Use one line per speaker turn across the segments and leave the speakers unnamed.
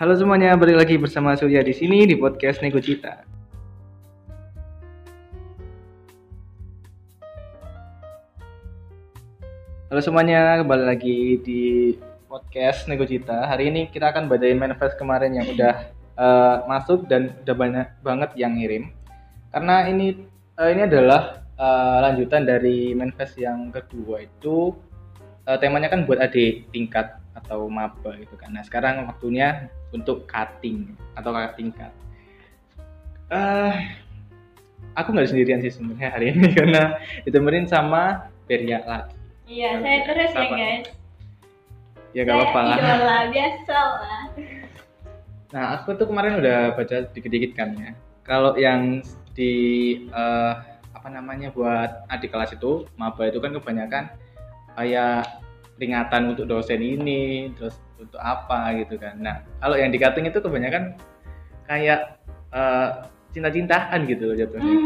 Halo semuanya, balik lagi bersama Surya di sini di podcast Nego Cita. Halo semuanya, kembali lagi di podcast Nego Cita. Hari ini kita akan badain manifest kemarin yang udah eh, masuk dan udah banyak banget yang ngirim. Karena ini eh, ini adalah eh, lanjutan dari manifest yang kedua itu eh, temanya kan buat adik tingkat atau maba gitu kan. Nah sekarang waktunya untuk cutting atau kakak tingkat. Eh, aku nggak sendirian sih sebenarnya hari ini karena ditemenin sama Beria lagi.
Iya, saya terus ya
Apa?
guys.
Ya gak apa-apa
Saya
lah.
idola biasa lah.
Nah aku tuh kemarin udah baca dikit-dikit kan ya. Kalau yang di eh, apa namanya buat adik kelas itu maba itu kan kebanyakan kayak peringatan untuk dosen ini terus untuk apa gitu kan. Nah kalau yang di cutting itu kebanyakan kayak eh, cinta-cintaan gitu loh jatuhnya.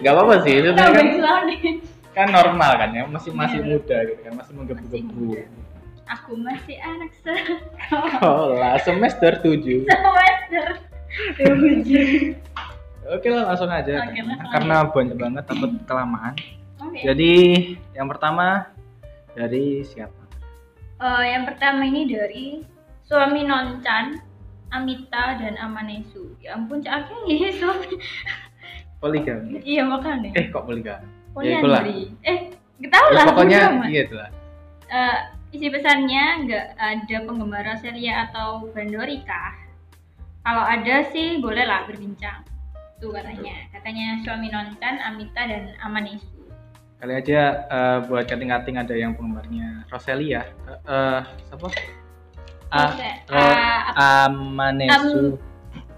nggak apa-apa sih itu kan,
Tahu backgroundnya.
kan normal kan ya masih masih
Iya.
muda gitu kan masih menggebu-gebu
Aku masih anak se
oh lah semester 7
semester
Iya,
tujuh.
oke lah langsung aja kan.
Oke, langsung aja.
karena banyak banget takut kelamaan
Oke.
jadi yang pertama dari siapa
Eh, yang pertama ini dari suami Nonchan, Amita dan Amanesu. Ya ampun, cak Aking ya suami.
poligami
iya makanya.
eh kok poligami
Poliandri.
itulah.
Eh, tahu
Ya,
lah.
pokoknya
bodo amat.
iya itulah
Eh, isi pesannya nggak ada penggemar Roselia atau Bandorika. Kalau ada sih bolehlah berbincang. Tuh katanya, katanya suami nonton Amita dan Amanesu.
kali aja eh, buat cutting-cutting ada yang penggemarnya Roselia eh eh, siapa A-
Rose-
Ro-
A-
Amanesu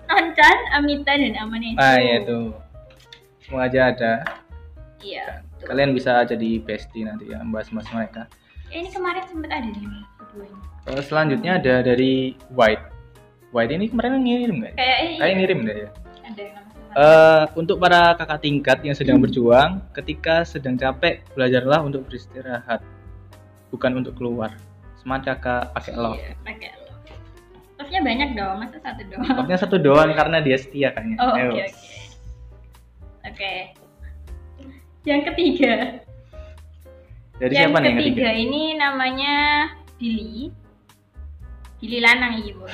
Nonton Amita dan Amanesu.
ah ya tuh semua aja ada
Iya. tuh.
Kan. kalian bisa jadi bestie nanti ya membahas bahas mereka
Eh, ini kemarin sempat ada nih keduanya.
Terus Eh, selanjutnya ada dari White White ini kemarin ngirim nggak ya?
Kayaknya
kayak ngirim deh ya
ada yang nama sama.
Eh, untuk para kakak tingkat yang sedang
Hmm.
berjuang ketika sedang capek belajarlah untuk beristirahat bukan untuk keluar semangat kakak pakai love
Iya, pakai love. Love-nya banyak dong, masa satu doang.
Love-nya satu doang karena dia setia kayaknya
Oh,
Ayo.
oke oke. Oke. Yang ketiga.
dari
yang
siapa nih yang
ketiga
ketiga
ini namanya Billy. Billy Lanang iya bos.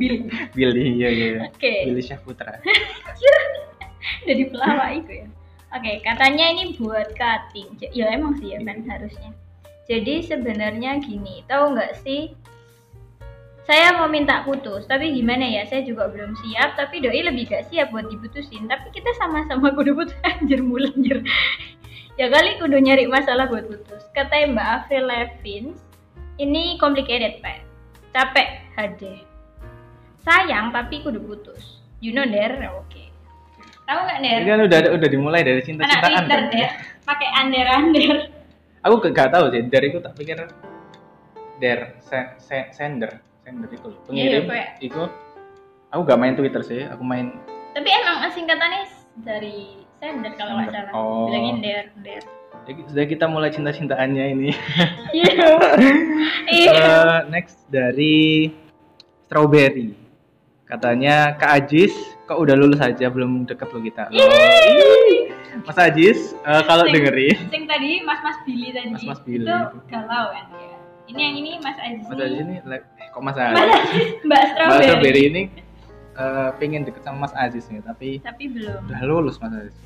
Billy.
Billy iya iya iya.
Oke.
Billy Syahputra
Dari pelawak itu ya. Oke, katanya ini buat cutting. J- Ya emang sih ya kan harusnya. Jadi sebenarnya gini, tahu nggak sih? Saya mau minta putus, tapi gimana ya? Saya juga belum siap, tapi doi lebih gak siap buat diputusin. Tapi kita sama-sama kudu putus anjir mulan anjir. ya kali kudu nyari masalah buat putus. Katanya Mbak Avril Lavigne, ini complicated, Pak. Capek, HD. Sayang, tapi kudu putus. You know, Der? Oke. Tahu nggak, Der?
ini kan udah udah dimulai dari cinta
anak ya.
cintaan
Twitter deh pakai ander ander
aku gak, gak tahu sih dari itu tak pikir der se, se- sender sender itu loh, pengirim
Iya, iya, kayak-
itu aku gak main twitter sih aku main
tapi emang singkatannya dari sender kalau nggak
Sender.
salah
Oh.
bilangin der der
jadi ya, sudah kita mulai cinta cintaannya ini
iya iya
Eh, next dari strawberry katanya kak Ajis kok udah lulus aja belum deket lo kita Loh. Mas Ajis eh, kalau
Iya. Sing-
dengerin
sing tadi mas mas Billy tadi
Mas-mas Billy.
itu galau kan ya ini yang ini mas Aziz
Mas
nih.
Ajis ini le- eh, kok Mas
Mas
Ajis
Aziz mbak
Mas
strawberry.
strawberry ini eh, pengen deket sama Mas Ajis nih tapi
tapi belum
udah lulus Mas Ajis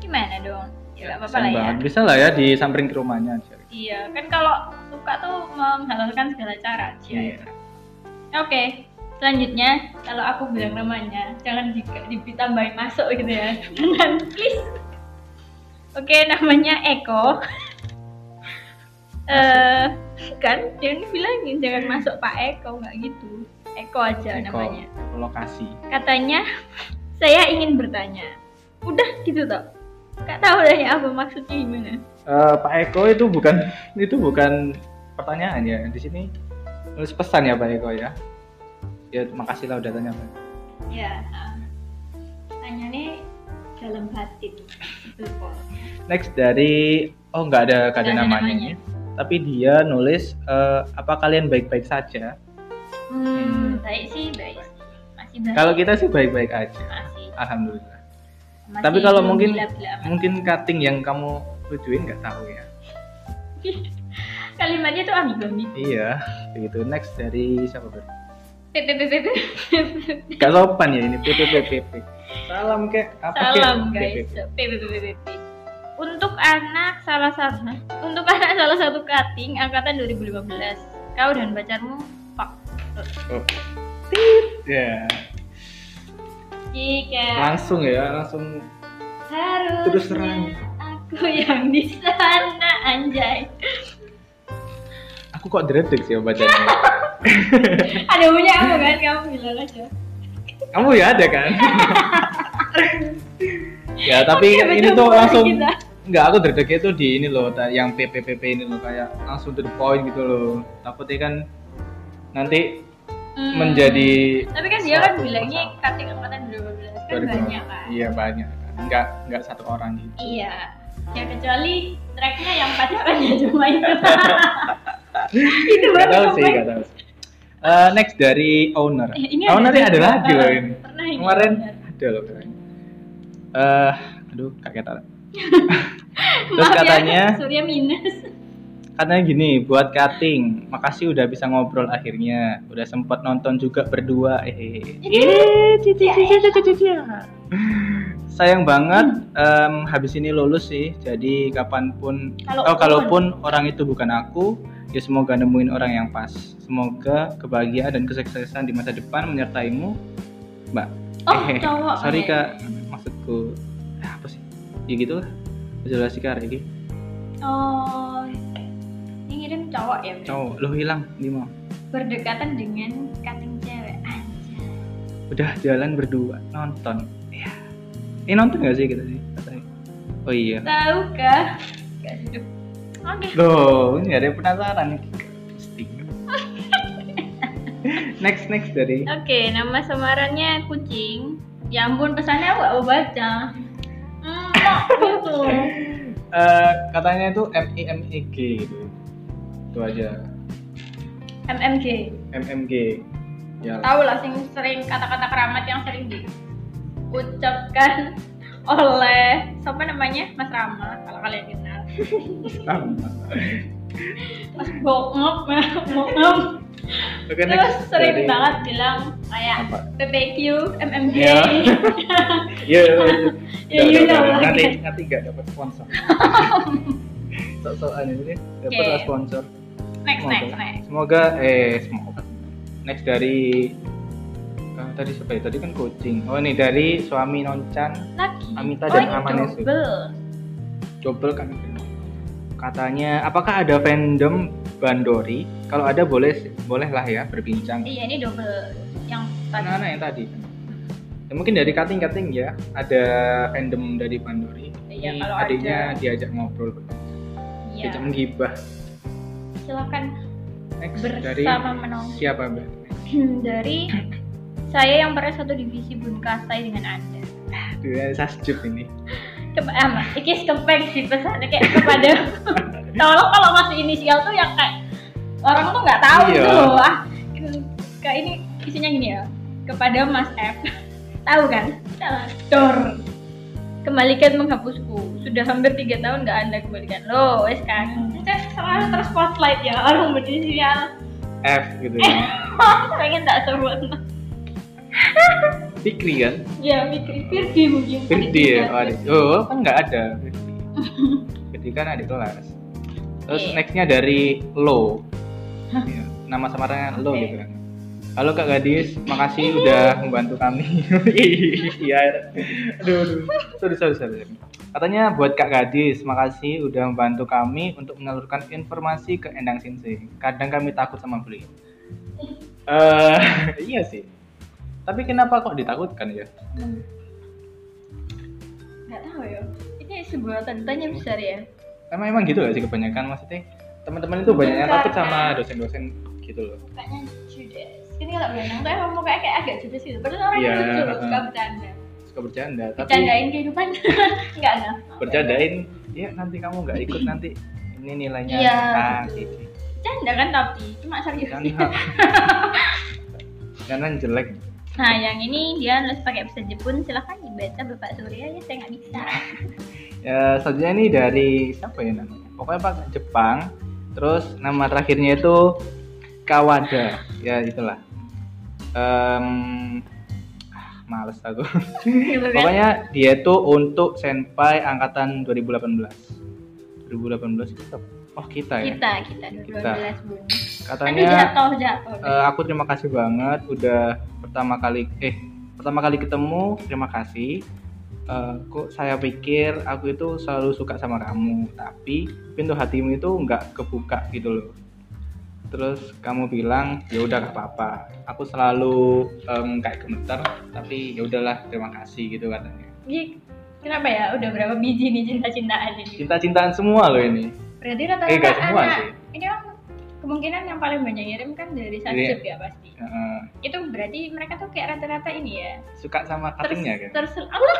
gimana dong ya nggak apa-apa
Kasihan
lah ya
banget. Bisa lah ya disamperin ke rumahnya aja.
iya kan kalau suka tuh menghalalkan segala cara cia.
Iya.
Oke, selanjutnya kalau aku bilang namanya, jangan di, di- ditambahin masuk gitu ya. Jangan, please. Oke, namanya Eko. Eh, kan jangan bilangin jangan masuk Pak Eko nggak gitu. Eko aja
Eko,
namanya.
lokasi.
Katanya saya ingin bertanya. Udah gitu toh. Gak tahu lah ya apa maksudnya gimana.
Eh, Pak Eko itu bukan itu bukan pertanyaan ya. Di sini nulis pesan ya Pak Eko ya. Ya makasih lah udah tanya Pak.
Ya. Tanyanya dalam batin. Betul.
Next dari oh nggak ada nggak ada
Nggak ada
namanya.
namanya.
ini. tapi dia nulis eh, apa kalian baik-baik saja
Hmm, baik sih, baik sih. Masih baik.
kalau kita sih baik-baik aja
masih.
alhamdulillah
masih
Tapi kalau
belum
mungkin-
gila-gila amat.
mungkin cutting yang kamu tujuin nggak tahu ya
kalimatnya tuh ambigu-ambigu.
iya begitu next dari siapa Ber?
Pip, pip, pip, pip, pip.
Gak sopan ya ini PPPPP. Salam kek. Apa kek?
Salam
P, P,
guys.
P.
Pip, pip, pip, pip, pip. Untuk anak salah satu untuk anak salah satu cutting angkatan 2015. Kau dan pacarmu fuck.
Oh. Ya.
Jika
Langsung ya, langsung
harus
terus terang.
aku yang di sana anjay.
aku kok dreadlocks ya bacanya.
Ada punya kamu kan kamu bilang aja.
Kamu ya ada kan? ya, tapi
Oke,
ini tuh
berjumpa
langsung
kita.
Enggak, aku dreadlocknya tuh di ini loh, ta- yang PPPP ini loh kayak langsung to the point gitu loh. Takutnya kan nanti
Hmm.
menjadi
Tapi kan dia kan
suatu
bilangnya
masalah.
cutting angkatan 2015 kan
2015.
banyak kan.
Iya, banyak kan. Enggak, enggak satu orang gitu.
Iya. Ya kecuali tracknya yang pacaran ya cuma itu. itu
Gak
baru
tahu sih,
pokoknya.
gak tahu. sih. Eh, next dari owner.
Eh, ini
owner
ada
ini ada
juga.
lagi loh ini.
Pernah ini
Kemarin
owner.
ada loh kemarin. Eh, aduh kaget tarik. Terus
Maaf ya,
katanya,
Surya minus.
katanya gini, buat cutting. Makasih udah bisa ngobrol akhirnya. Udah sempet nonton juga berdua.
Iya,
Eh,
Ih, ya
sayang banget. em, habis ini lulus sih. Jadi kapanpun,
Kalau-
oh, kalaupun orang itu bukan aku, ya semoga nemuin orang yang pas. Semoga kebahagiaan dan kesuksesan di masa depan menyertaimu, Mbak.
Oh,
Eh,
cowok.
Sorry
Oke.
kak, maksudku ah, apa sih? Ya gitu lah. Jelas sih kak Regi.
Oh. Ini ngirim cowok ya. Bre?
Cowok, lo hilang lima.
Berdekatan dengan cutting cewek. Anjay.
Udah jalan berdua nonton. Iya. Eh nonton gak sih kita sih? Katanya. Oh iya.
Tahu kah? Gak hidup. Oke.
Loh, ini ada yang penasaran. Pasti. next next dari
Oke, nama samarannya kucing. Ya ampun, pesannya aku gak baca. Hmm, kok gitu.
eh, katanya itu M I M E G gitu. Itu aja.
MMG.
M M G. Ya.
Tahu lah sing sering kata-kata keramat yang sering diucapkan oleh siapa namanya? Mas Rama kalau kalian kenal. Mas Bokngop, Bokngop.
Oke,
Terus
next
sering
Kan dari-
banget bilang kayak
Apa?
PPQ, MMG.
Ya. Iya, iya,
Ya,
iya.
you
Udah, udah,
know
udah.
lah,
Nanti
kan.
nanti nggak dapat sponsor. Sok-sokan ini dapat
Oke.
lah sponsor.
Next,
Semoga.
next, next.
Semoga eh semoga. Next dari eh, tadi siapa ya? Tadi kan coaching. Oh ini dari suami Noncan
Lagi.
Amita
oh,
dan
ini
Amanesu.
double.
double kan. Katanya, apakah ada fandom Bandori? Kalau ada boleh bolehlah ya berbincang.
Iya, ini double yang tadi.
Anak-anak yang tadi. Ya, mungkin dari cutting-cutting ya, ada fandom dari Bandori.
Iya,
Ini
kalau
adiknya
ada.
diajak ngobrol,
Iya.
diajak menggibah.
Silakan
Next dari
bersama menonton.
siapa mbak?
dari saya yang pernah satu divisi Bunkasai dengan Anda.
Dari Sasjub ini.
Coba ah, Mas, ini kepeng sih pesannya kayak kepada tolong kalau masih inisial tuh yang kayak orang tuh nggak tahu
Iya.
gitu loh. Ah, kayak ini isinya gini ya. Kepada Mas F. tahu kan? Dor. Kembalikan menghapusku. Sudah hampir tiga tahun nggak Anda kembalikan. Loh, wes kan. Itu selalu terus spotlight ya orang berinisial.
F gitu
Iya.
ya.
Pengen tak sebut.
Fikri kan?
Ya, Fitri, Firdi mungkin.
Firdi ya? Oh, adik. oh kan nggak ada Firdi. Firdi kan adik kelas. Terus
Oke.
nextnya dari Lo. Ya, Nama samarannya Lo
Oke.
gitu kan. Halo Kak Gadis, makasih udah membantu kami. Iya. aduh, aduh. Sorry, sorry, sorry. sorry. Katanya buat Kak Gadis, makasih udah membantu kami untuk menyalurkan informasi ke Endang Sensei. Kadang kami takut sama beliau. Eh, iya sih. Tapi kenapa kok ditakutkan ya?
Gak Hmm. tahu ya. Ini sebuah tentanya besar ya.
emang emang gitu gak sih kebanyakan maksudnya teman-teman itu banyak yang
Bukan.
takut sama dosen-dosen gitu loh
Kayaknya judes. Ini kalau berenang tuh emang mukanya kayak agak judes gitu. Padahal orang
Iya,
lucu,
heeh.
suka bercanda.
suka bercanda tapi
Bercandain kehidupan. Enggak, enggak.
bercandain ya nanti kamu nggak ikut nanti ini nilainya
Iya,
ah,
gitu.
gitu.
Canda kan tapi cuma serius.
Kan, karena jelek
Nah, yang ini dia nulis pakai bahasa Jepun. Silahkan dibaca Bapak Surya ya, saya nggak bisa.
ya selanjutnya ini dari siapa ya namanya pokoknya pak Jepang terus nama terakhirnya itu Kawada ya itulah Em, ah, males aku
Gitu kan?
pokoknya dia itu untuk senpai angkatan 2018 2018 kita oh kita ya
Kita, kita,
Kita.
12 bulan. Aduh,
katanya
jatuh, jatuh.
Eh, aku terima kasih banget udah pertama kali eh pertama kali ketemu terima kasih. Eh, kok saya pikir aku itu selalu suka sama kamu tapi pintu hatimu itu nggak kebuka gitu loh. Terus kamu bilang ya udah gak apa-apa. Aku selalu em, kayak gemeter tapi ya udahlah terima kasih gitu katanya.
Ini Kenapa ya? Udah berapa biji nih cinta-cintaan ini?
Cinta-cintaan semua loh ini.
Berarti
Eh
rata-rata
gak semua
anak-
sih. Iya.
Ini kan kemungkinan yang paling banyak ngirim kan dari Sajib ya pasti.
Eh,
Itu berarti mereka tuh kayak rata-rata ini ya.
suka sama cuttingnya kan.
terus Allah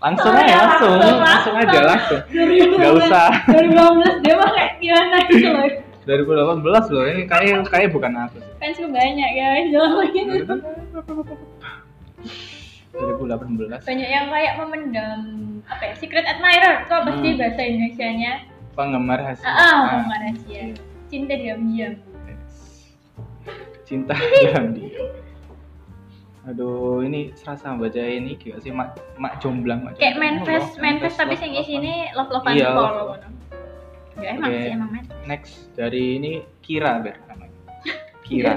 Langsung
Oh,
aja
ya,
langsung,
langsung,
langsung aja langsung. Gak
2015
usah.
2015 dia mah kayak gimana gitu loh.
2018 loh ini kayak kayak bukan aku sih.
Fans gue banyak guys, jangan gitu.
Iya,
begitu.
2018
Banyak yang kayak memendam apa ya secret admirer kok pasti
Hmm.
bahasa Indonesianya
penggemar hasil
ah ah,
Ah,
penggemar rahasia cinta diam-diam
cinta dalam dia aduh ini serasa baca ini gak sih mak mak jomblang mak
kayak
jomblang.
manifest
Oh,
manifest tapi
love,
sing
love, love.
sini love lovean
Iya,
follow
love-love.
ngono. ya gitu. emang
Oke.
sih emang manifest
next dari ini Kira ber namanya Kira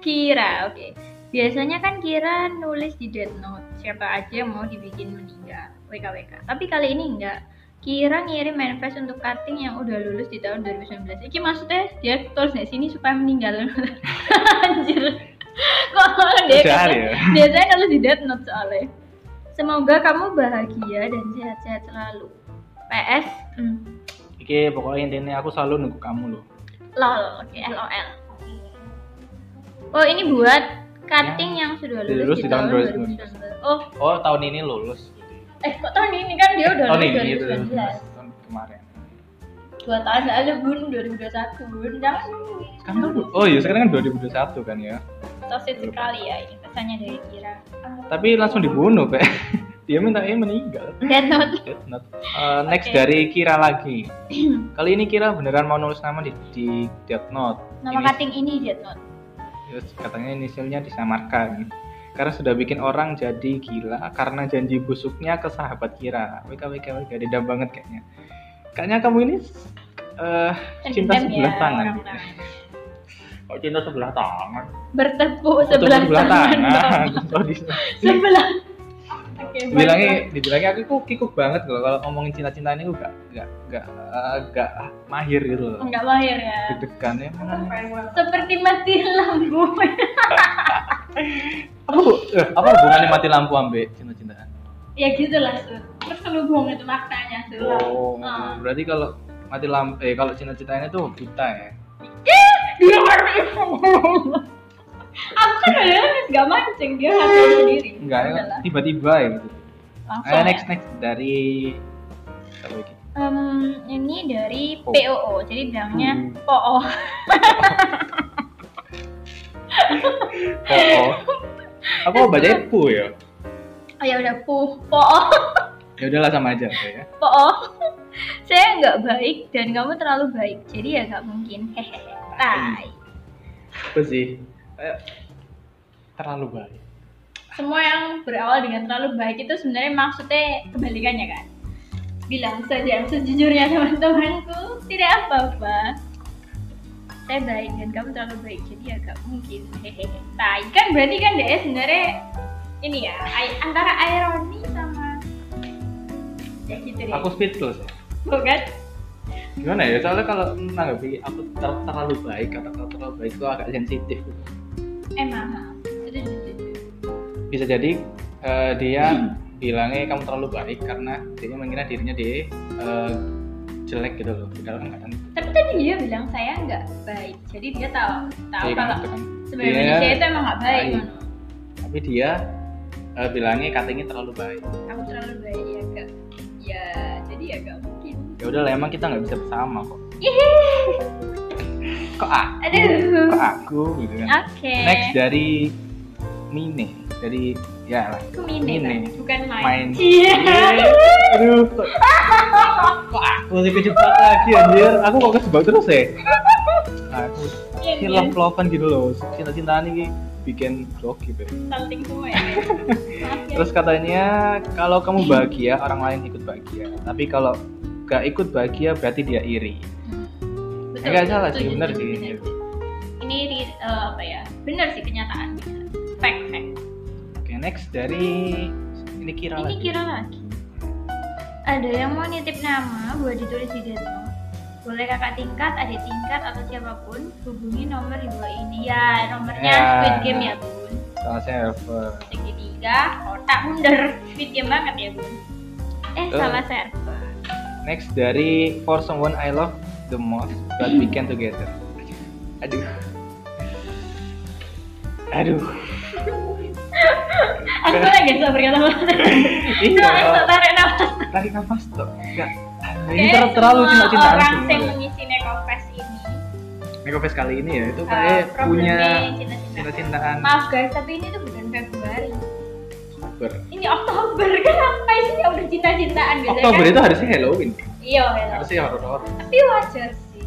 Kira oke biasanya kan Kira nulis di Death Note siapa aja yang mau dibikin meninggal WKWK tapi kali ini enggak Kira ngirim manifest untuk cutting yang udah lulus di tahun 2019 Iki maksudnya dia tulis di sini supaya meninggal Anjir Kok dia
udah ya
Biasanya nulis di Death Note soalnya. Semoga kamu bahagia dan sehat-sehat selalu. PS, hmm,
oke pokoknya intinya aku selalu nunggu kamu loh
lol, oke
Iya.
LOL. Oh ini buat cutting yang sudah lulus,
Lulus Iya.
di
di tahun
tahun 2019. Oh,
oh tahun ini lulus
eh kok tahun ini kan dia udah
tahun
lulus
ini iya. itu
2019.
tahun kemarin
Dua tahun lalu bun 2021 jangan
kan oh iya sekarang kan 2021 kan ya
tosit sekali ya ini pesannya dari Kira.
tapi langsung dibunuh pak dia minta eh meninggal
Death Note
Death Note. Eh, next
Oke.
dari Kira lagi kali ini Kira beneran mau nulis nama di, di Death Note
nama
Ini-
cutting ini Death Note.
terus katanya inisialnya disamarkan karena sudah bikin orang jadi gila karena janji busuknya ke sahabat Kira wk wk wk dendam banget kayaknya kayaknya kamu ini eh cinta
Terendam
sebelah tangan
ya, orang-orang.
oh, cinta sebelah tangan
Bertepuk sebelah,
sebelah
tangan. dong.
tangan Sorry.
sebelah oke baiklah.
dibilangnya dibilangnya aku kok kikuk banget loh kalau ngomongin cinta-cinta ini gue gak gak gak eh, gak mahir gitu loh
nggak lahir ya
deg-degan emang
seperti mati lampu
apa eh, apa hubungannya mati lampu ambil cinta-cintaan
ya gitulah Sun terselubung itu maknanya Sun
oh
Ah.
berarti kalau mati lampu eh kalau cinta-cinta ini tuh buta ya
dia ngerti aku kan udah nulis nggak mancing dia hasil sendiri
enggak ya,
Udahlah,
tiba-tiba ya gitu
langsung
ayo
ya.
next next dari apa lagi
Em, ini dari
Oh.
POO jadi bilangnya
Hmm.
POO
oh, oh. aku mau bacain pu ya
oh ya udah puh POO
ya udahlah sama aja ya
POO saya nggak baik dan kamu terlalu baik jadi ya nggak mungkin hehehe tai
apa sih Eh, terlalu baik
semua yang berawal dengan terlalu baik itu sebenarnya maksudnya kebalikannya kan bilang saja yang sejujurnya teman-temanku tidak apa-apa saya baik dan kamu terlalu baik jadi ya gak mungkin hehehe tai kan berarti kan dia sebenarnya ini ya ai- antara ironi sama ya gitu deh kan?
aku speechless ya
bukan
gimana ya soalnya kalau menanggapi aku ter- terlalu baik kata kata terlalu baik itu agak sensitif gitu.
emang ha. setuju setuju
bisa jadi eh,
Hmm.
dia bilangnya kamu terlalu baik karena dia mengira dirinya dia eh, jelek gitu loh dalam kan
tapi tadi dia bilang saya nggak baik jadi dia tahu tahu
Jadi kan
kalau
itu kan.
sebenarnya
Iya.
manusia itu emang nggak baik
Baik.
ngono.
tapi dia eh, bilangnya katanya terlalu baik
aku terlalu baik ya kak ya jadi ya gak mungkin
ya udahlah emang kita nggak bisa bersama kok
Yeay.
kok aku
Aduh.
kok aku gitu kan
Oke.
next dari Mine dari ya lah
Aku Mine,
Mine.
Pak. bukan main.
main
Iya.
Yeay. aduh kok, kok aku sih kejebak lagi anjir aku kok kejebak terus ya Nah, aku
Iya,
ini
iya.
love lovean gitu loh cinta cintaan ini bikin blog gitu
Salting semua ya. Maaf ya.
terus katanya kalau kamu bahagia orang lain ikut bahagia tapi kalau gak ikut bahagia berarti dia iri
Betul,
Enggak
betul,
salah sih,
setuju,
benar
setuju,
sih.
setuju. Ini di- eh, apa ya? Benar sih kenyataan. Fact, fact.
oke next dari ini kira
Ini
lagi.
kira lagi. Ada yang mau nitip nama buat ditulis di Dead Note? Boleh kakak tingkat, adik tingkat, atau siapapun hubungi nomor di bawah ini ya nomornya
Ya.
Squid Game ya bun
Salah server
segitiga otak mundur Squid Game banget ya bun eh
Betul.
salah server
next dari for someone I love the most but we can together aduh aduh
aku lagi ya, bisa berkata
iya
tarik nafas
tarik nafas tuh enggak ini
Kayak
ter- terlalu
semua
cinta cintaan
orang yang mengisi nekopes ini
Nekopes kali ini ya itu
uh,
kayak punya
problemnya cinta-cintaan
cinta cintaan
maaf guys tapi ini tuh bukan Februari
Oktober
ini Oktober kenapa isinya udah cinta-cintaan biasanya
Oktober
kan?
itu harusnya Halloween
iya iya.
harusnya horor horor
tapi wajar sih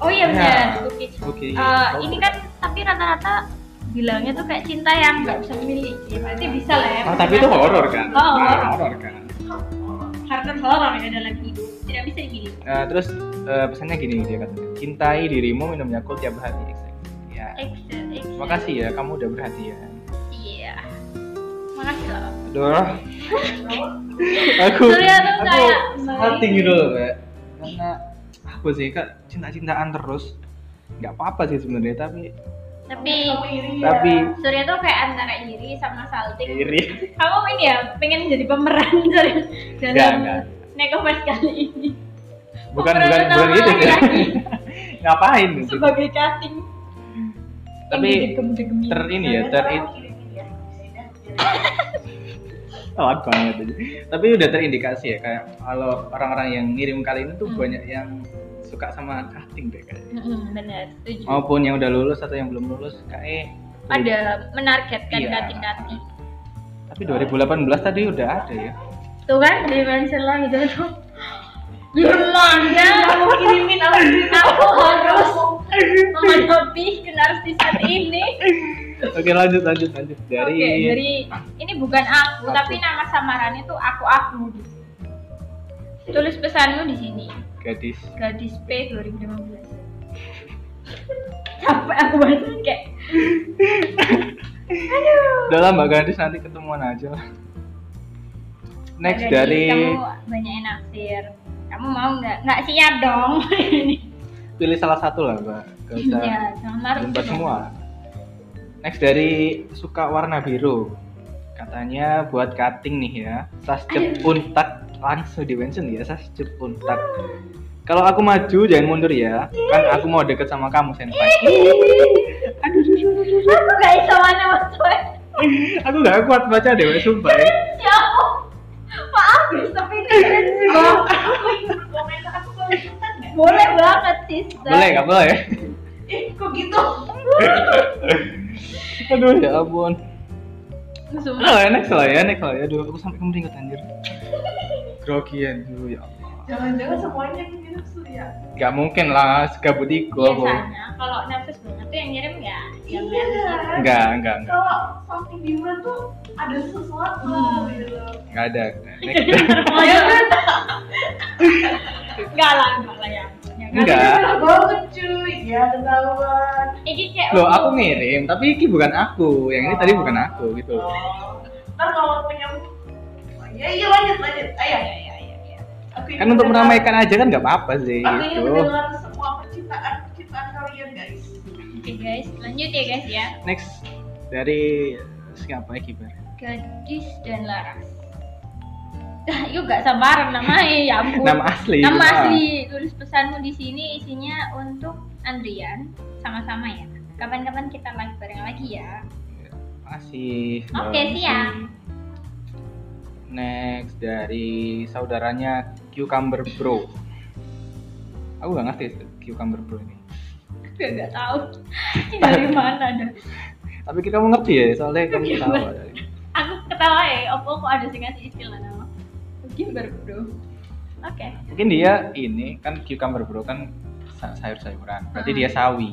oh iya
Ya.
benar spooky
Spooky,
Eh,
Oktober.
ini kan tapi rata-rata bilangnya tuh kayak cinta yang nggak bisa memilih ya, berarti bisa lah ya
oh, tapi itu horor kan
Oh, horor.
horor kan
karena horor ya ada lagi tidak bisa dimilih
Nah, terus eh, pesannya gini dia katanya cintai dirimu minum Yakult tiap hari ya
Excel, Excel.
makasih ya kamu udah berhati ya
iya makasih loh
aduh aku
Surya tuh
aku
kayak
salting
baik.
gitu loh Mbak. karena aku sih kak cinta-cintaan terus nggak apa-apa sih sebenarnya tapi
tapi
tapi
Surya tuh kayak antara iri sama salting
iri
kamu ini ya pengen jadi pemeran dalam
Nggak, nggak.
Nekopes kali ini
bukan bukan bukan
Pemeran utama
gitu sih
laki-laki
ngapain gitu.
sebagai cutting
tapi ter ini ya ter telat Oh, banget ini. tapi udah terindikasi ya kayak kalau orang-orang yang ngirim kali ini tuh
Hmm.
banyak yang suka sama cutting deh kayaknya
benar setuju
maupun yang udah lulus atau yang belum lulus kayak eh,
ada menargetkan
Iya.
cutting-cutting
tapi 2018 tadi udah ada ya
tuh kan di mention lah gitu tuh Yolanda aku ya, kirimin aku aku harus menghadapi kenarsisan ini
oke lanjut lanjut lanjut dari,
Oke, dari ini bukan aku,
Aku.
tapi nama samarannya tuh aku aku tulis pesanmu di sini
gadis
gadis P 2015 capek aku baca kayak
udah lah mbak gadis nanti ketemuan aja lah next
"Gadis,
dari
kamu banyakin naksir kamu mau nggak nggak siap dong
pilih salah satu lah mbak gak usah
ya samar
Lompat semua. Next dari suka warna biru. Katanya buat cutting nih ya. Sascep untak langsung di mention ya, sascep untak. Kalau aku maju jangan mundur ya. Kan aku mau deket sama kamu senpai.
aduh aku nggak bisa mana maksudnya
aku gak kuat baca dewe sumpah. ya.
siapa maaf guys tapi ini keren sih Bang. Aku ingin berkomentar, aku boleh ikutan nggak? boleh banget sih
Boleh gak boleh?
eh kok gitu
Aduh ya ampun.
Sumpah.
Lah ya next lah ya, next lah ya. Aduh aku sampai kemeringat anjir. Grogi anjir ya Allah.
Jangan-jangan semuanya yang mirip Surya.
Gak mungkin lah, segabut iku aku.
biasanya kalau nervous banget tuh yang ngirim ya yang
Iya.
ngirim.
Enggak, enggak, enggak.
Kalau something different tuh ada sesuatu
Hmm.
gitu loh.
Enggak ada. Next.
enggak lah enggak lah ya Ya kan?
Enggak.
Bener banget cuy. Ya ketahuan.
ini kayak
Loh, aku ngirim, tapi ini bukan aku. Yang ini tadi bukan aku gitu.
Oh. Ntar kalau punya Oh, Ya iya lanjut lanjut. Ayo.
Iya,
Aku ingin
Kan untuk
mendengar-
meramaikan aja kan nggak apa-apa sih
Aku ingin
gitu.
mendengar semua percintaan percintaan kalian guys.
Oke guys lanjut ya guys ya
Next dari siapa ya kibar?
gadis dan laras Dah, yuk gak sabaran namanya ya ampun.
Nama asli.
Nama
Ah.
asli. Tulis pesanmu di sini isinya untuk Andrian sama-sama ya. Kapan-kapan kita live bareng lagi ya.
Masih.
Oke,
Mbak.
siap.
Next dari saudaranya Cucumber Bro. aku nggak ngerti itu cucumber bro ini
Gue nggak tahu ini dari mana dah.
tapi kita mau ngerti ya soalnya kamu
Cucumber.
tahu
Aku ketawa ya, opo kok ada sih ngasih istilah nama. Cucumber bro. Oke.
mungkin dia ini kan cucumber bro kan sa- sayur-sayuran berarti
Ah.
dia sawi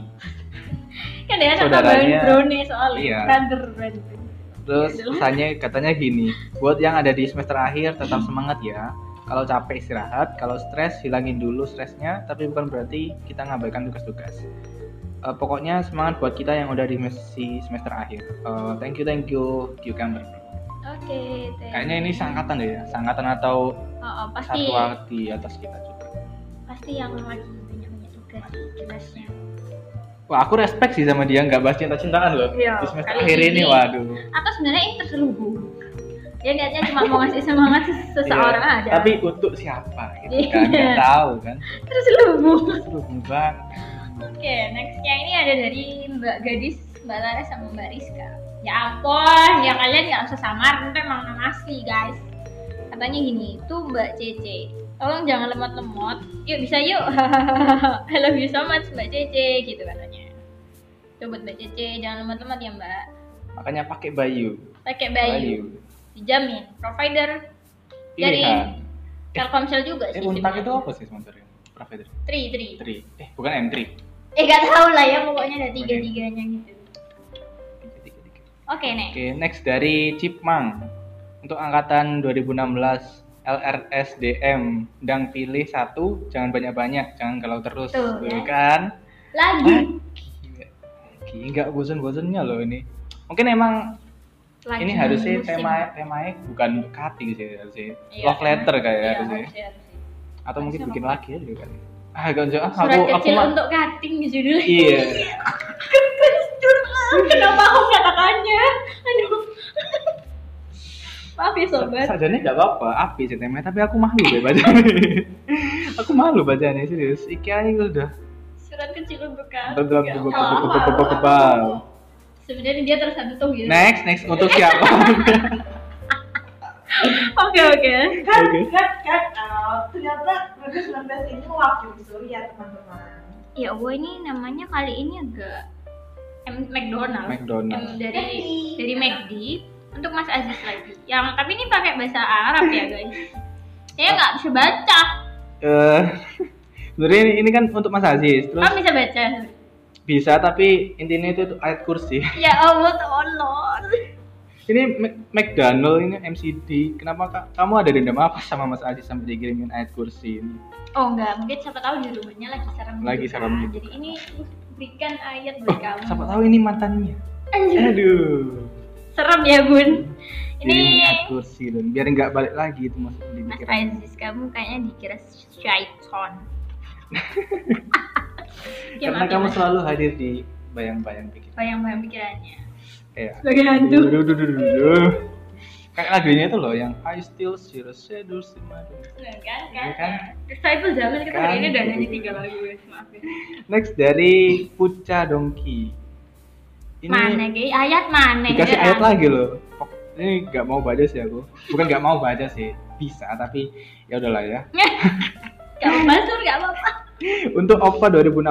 Kan dia sama
Saudaranya-
bro nih soalnya.
Iya.
Brother brother.
terus
Iya dong.
pesannya katanya gini buat yang ada di semester akhir tetap semangat ya kalau capek istirahat kalau stres hilangin dulu stresnya tapi bukan berarti kita ngabaikan tugas-tugas Eh, pokoknya semangat buat kita yang udah di mesi- semester akhir Eh, thank you thank you cucumber
Oke. thank
kayaknya ini
you.
sangkatan deh ya sangkatan atau
Oh, oh, pasti
satwa di atas kita juga
pasti yang lagi banyak banyak tugas sih, jelasnya.
Wah, aku respect sih sama dia nggak bahas cinta-cintaan loh.
Iya,
Di semester
kali
akhir ini,
ini.
waduh.
Atau sebenarnya ini terselubung. Dia niatnya cuma mau ngasih semangat ses- seseorang
Iya.
ada.
Tapi untuk siapa gitu kan?
Iya.
Nggak tahu kan.
terselubung.
Terus banget.
Oke, nextnya ini ada dari Mbak Gadis, Mbak Laras sama Mbak Rizka. Ya ampun, ya kalian nggak usah samar, itu emang nama asli guys. Katanya gini, tuh Mbak Cece, tolong jangan lemot-lemot. Yuk bisa yuk, I love you so much Mbak Cece, gitu katanya. Coba Mbak Cece, jangan lemot-lemot ya Mbak.
Makanya pakai Bayu.
Pakai Bayu, dijamin. Provider dari
Pilihan.
Telkomsel juga
Iya, Eh,
sih.
untak itu
sebenarnya.
apa sih sponsornya? Provider
Tri, tri.
3. Eh, bukan M3.
Eh gak tau lah ya, pokoknya ada tiga-tiganya gitu. Oke, next.
Oke, next dari Cipmang. Untuk angkatan 2016 LRSDM, dang pilih satu, jangan banyak-banyak, jangan galau terus,
Tuh,
Tuh
ya.
kan?
lagi
Lagi nggak bosen-bosennya loh ini. Mungkin emang
lagi
ini harusnya
musim.
tema temanya bukan mendekati gitu ya harusnya.
Iya,
Love letter kayak
iya,
harusnya.
harusnya, harusnya.
Atau mungkin
Harusnya
bikin
love
lagi aja kali. Ah, gak usah. Ah,
surat
aku aku
kecil
mah.
untuk cutting judulnya
Iya.
Kertas jurnal. kenapa aku katakannya aduh maaf ya sobat
Sarjana gak apa-apa, api sih temanya, tapi aku malu deh baca Aku malu bacanya serius. Iki aja udah
surat kecil untuk cutting
Betul,
Ya,
betul, betul,
Allah.
betul, betul, betul, betul.
sebenarnya dia tersentuh gitu
Next, next untuk siapa?
oke oke
Kan,
Oke.
kan, kan, eh, ternyata 2019 ini mewakili Suriah teman-teman.
ya gue ini namanya kali ini agak M McDonald
McDonald.
Yang dari
McD.
dari McD untuk Mas Aziz lagi. Yang tapi ini pakai bahasa Arab ya guys. Saya nggak bisa baca.
Eh, sebenarnya ini, ini kan untuk Mas Aziz. Terus
Kamu bisa baca?
bisa tapi intinya itu ayat kursi.
Ya Allah tolong.
Ini Mac- McDonald ini MCD. Kenapa Kak? kamu ada dendam apa sama Mas Aziz sampai dikirimin ayat kursi ini?
Oh enggak, mungkin siapa tahu di rumahnya lagi serem.
Lagi
gitu
serem
kan.
gitu
Jadi ini berikan ayat buat kamu.
Siapa tahu ini mantannya.
Anjir,
Aduh.
serem ya bun. Ini
Dikirimin ayat kursi dan biar nggak balik lagi itu masuk di
Mas
pikiran.
Aziz kamu kayaknya dikira syaiton. Ya,
Karena
maaf ya,
kamu
Mas.
selalu hadir di bayang-bayang pikiran.
Bayang-bayang pikirannya.
Iya.
Sebagai hantu.
Duh, duh, duh, duh, duh, duh. Kayak lagunya itu loh yang I still see the shadows in my room.
Nah, kan kan.
Iya kan?
Disciple zaman kita
Kan?
hari ini udah nyanyi tiga lagu guys, maaf ya.
Next dari Puca Dongki.
mana gay ayat ya. mana
dikasih
Heran.
ayat lagi loh Pok- ini nggak mau baca sih aku bukan nggak mau baca sih bisa tapi ya udahlah ya
gak apa-apa sur gak apa-apa
untuk Oppa 2016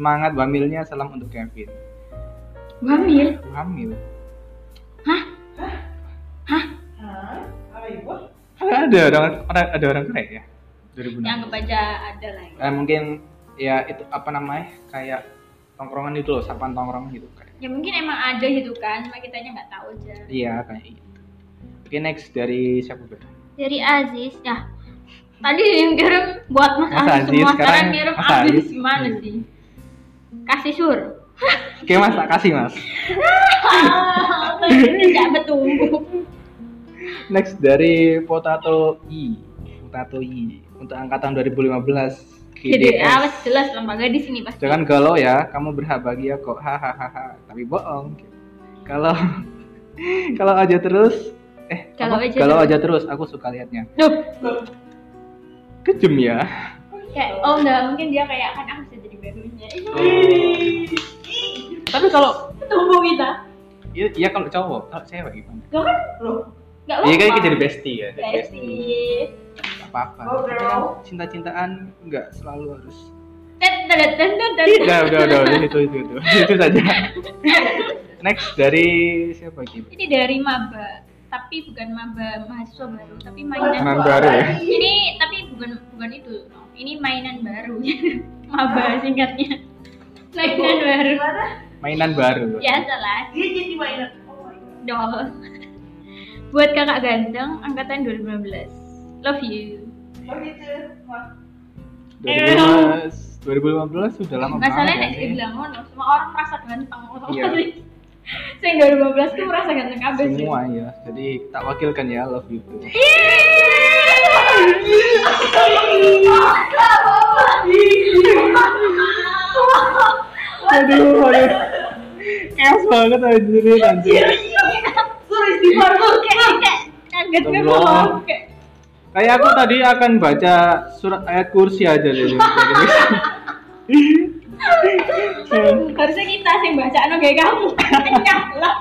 semangat wamilnya salam untuk Kevin
hamil
wamil
Hah? Apa ibu?
ada orang ada, ada orang keren ya 2016
yang kebaca ada lagi
Eh, mungkin ya itu apa namanya kayak tongkrongan itu loh sapaan tongkrongan gitu kayak
ya mungkin emang ada gitu kan cuma kitanya nggak tahu aja
iya kayak gitu oke next dari siapa gue
dari Aziz ya tadi yang kirim buat Mas,
Mas
Aziz
Aziz,
semua
sekarang
sekarang kirim
Mas
Aziz
Aziz. Iya.
gimana sih kasih sur
oke mas tak kasih mas
Ah, tidak bertumbuh
Next dari Potato I. Potato I untuk angkatan 2015
jadi
GDS.
awas jelas lembaga di sini pasti
Jangan galau ya, kamu berbahagia kok. Hahaha. Tapi bohong. Kalau kalau aja terus eh
Kalau
apa?
aja
Kalau
terus.
aja terus aku suka liatnya.
Duh,
Oh. Kejem ya.
kayak oh enggak mungkin dia kayak kan aku bisa jadi barunya
Iya, Tapi kalau
tumbuh kita
iya iya kalau cowok, kalau cewek gimana?
Loh kan
Loh,
nggak
Iya kan
apa-apa.
kita jadi bestie ya.
Iya
jadi
Bestie.
Nggak apa-apa.
Oh,
Kita
girl.
kan Cinta-cintaan nggak selalu harus
dan dan dan dan.
udah udah udah udah, itu itu itu itu saja next dari siapa lagi
Ini dari maba, tapi bukan maba mahasiswa baru, tapi mainan.
Mainan baru ya?
Ini tapi bukan bukan itu. no. Ini mainan baru. maba singkatnya. Mainan baru.
Gimana?
mainan baru
Biasalah,
Dia jadi mainan. Oh my god.
dol. Buat kakak ganteng angkatan 2015. Love you.
Oh gitu. Wah.
2015 2015 sudah lama
Masalahnya
banget ya, sih.
nek Nah, bilang ngono, semua orang merasa ganteng.
Iya.
Saya 2015 tuh merasa ganteng kabeh sih. Iya.
semua ya jadi tak wakilkan ya love you too. aduh aduh chaos banget anjir anjir
Suruh istighfar
Iya,
tuh.
Kayak kayak kaget kan
Jomblo.
loh. Kayak
kayak aku tadi akan baca surat ayat kursi aja deh
Aduh, harusnya kita sih yang baca no kayak kamu kenyang lah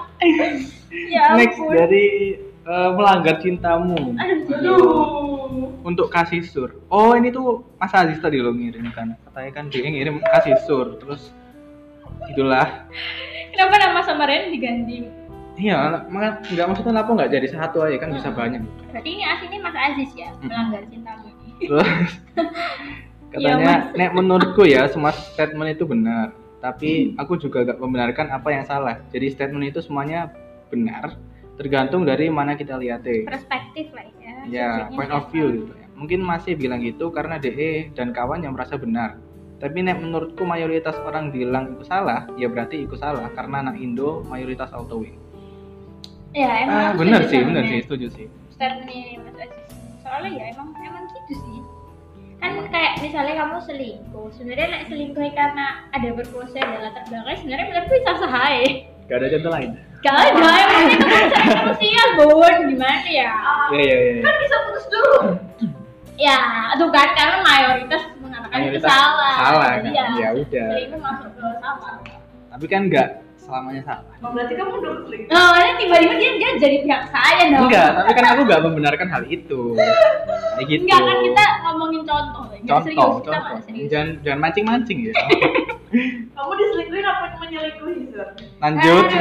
ya
next
ampun
dari eh, melanggar cintamu
Aduh.
untuk kasih sur oh ini tuh Mas Aziz tadi lo ngirim kan katanya kan dia ngirim kasih sur terus itulah
kenapa nama samaran diganti
iya maka- nggak maksudnya kenapa nggak jadi satu aja kan bisa banyak
berarti ini aslinya Mas Aziz ya melanggar cintamu ini
terus
Iya,
katanya nek menurutku ya semua statement itu benar tapi
Hmm.
aku juga gak membenarkan apa yang salah jadi statement itu semuanya benar tergantung dari mana kita lihat
perspektif lah ya
ya
sudutnya
point of
siapa.
view gitu ya. mungkin masih bilang gitu karena DE dan kawan yang merasa benar tapi nek menurutku mayoritas orang bilang itu salah ya berarti itu salah karena anak Indo mayoritas auto win
ya emang
ah
aku
benar
setuju
sih
sama
benar
dia.
sih setuju sih
statementnya Mas Aziz soalnya ya emang emang gitu sih kan
Iya.
kayak misalnya kamu selingkuh sebenarnya nek selingkuh karena ada berkuasa dan latar belakangnya sebenarnya menurutku sah sah
gak ada contoh lain
Gak ada, emang itu kan manusia, Bon, gimana ya?
ya ya ya, ya.
Kan bisa putus dulu.
Ya, itu kan karena mayoritas mengatakan itu
Mayoritas
salah.
salah kan
Iya.
ya udah
Jadi itu masuk ke salah.
tapi kan nggak selamanya salah
Oh, Berarti kamu doubling.
Nah, makanya tiba-tiba dia, dia jadi pihak saya dong.
enggak tapi kan aku nggak membenarkan hal itu kayak gitu
Enggak, kan kita ngomongin contoh. ya. Nggak
contoh
serius, kita
contoh
nggak serius.
jangan jangan mancing mancing ya
Kamu diselingkuhin apa menyelingkuhi, Zor?
lanjut
Eh,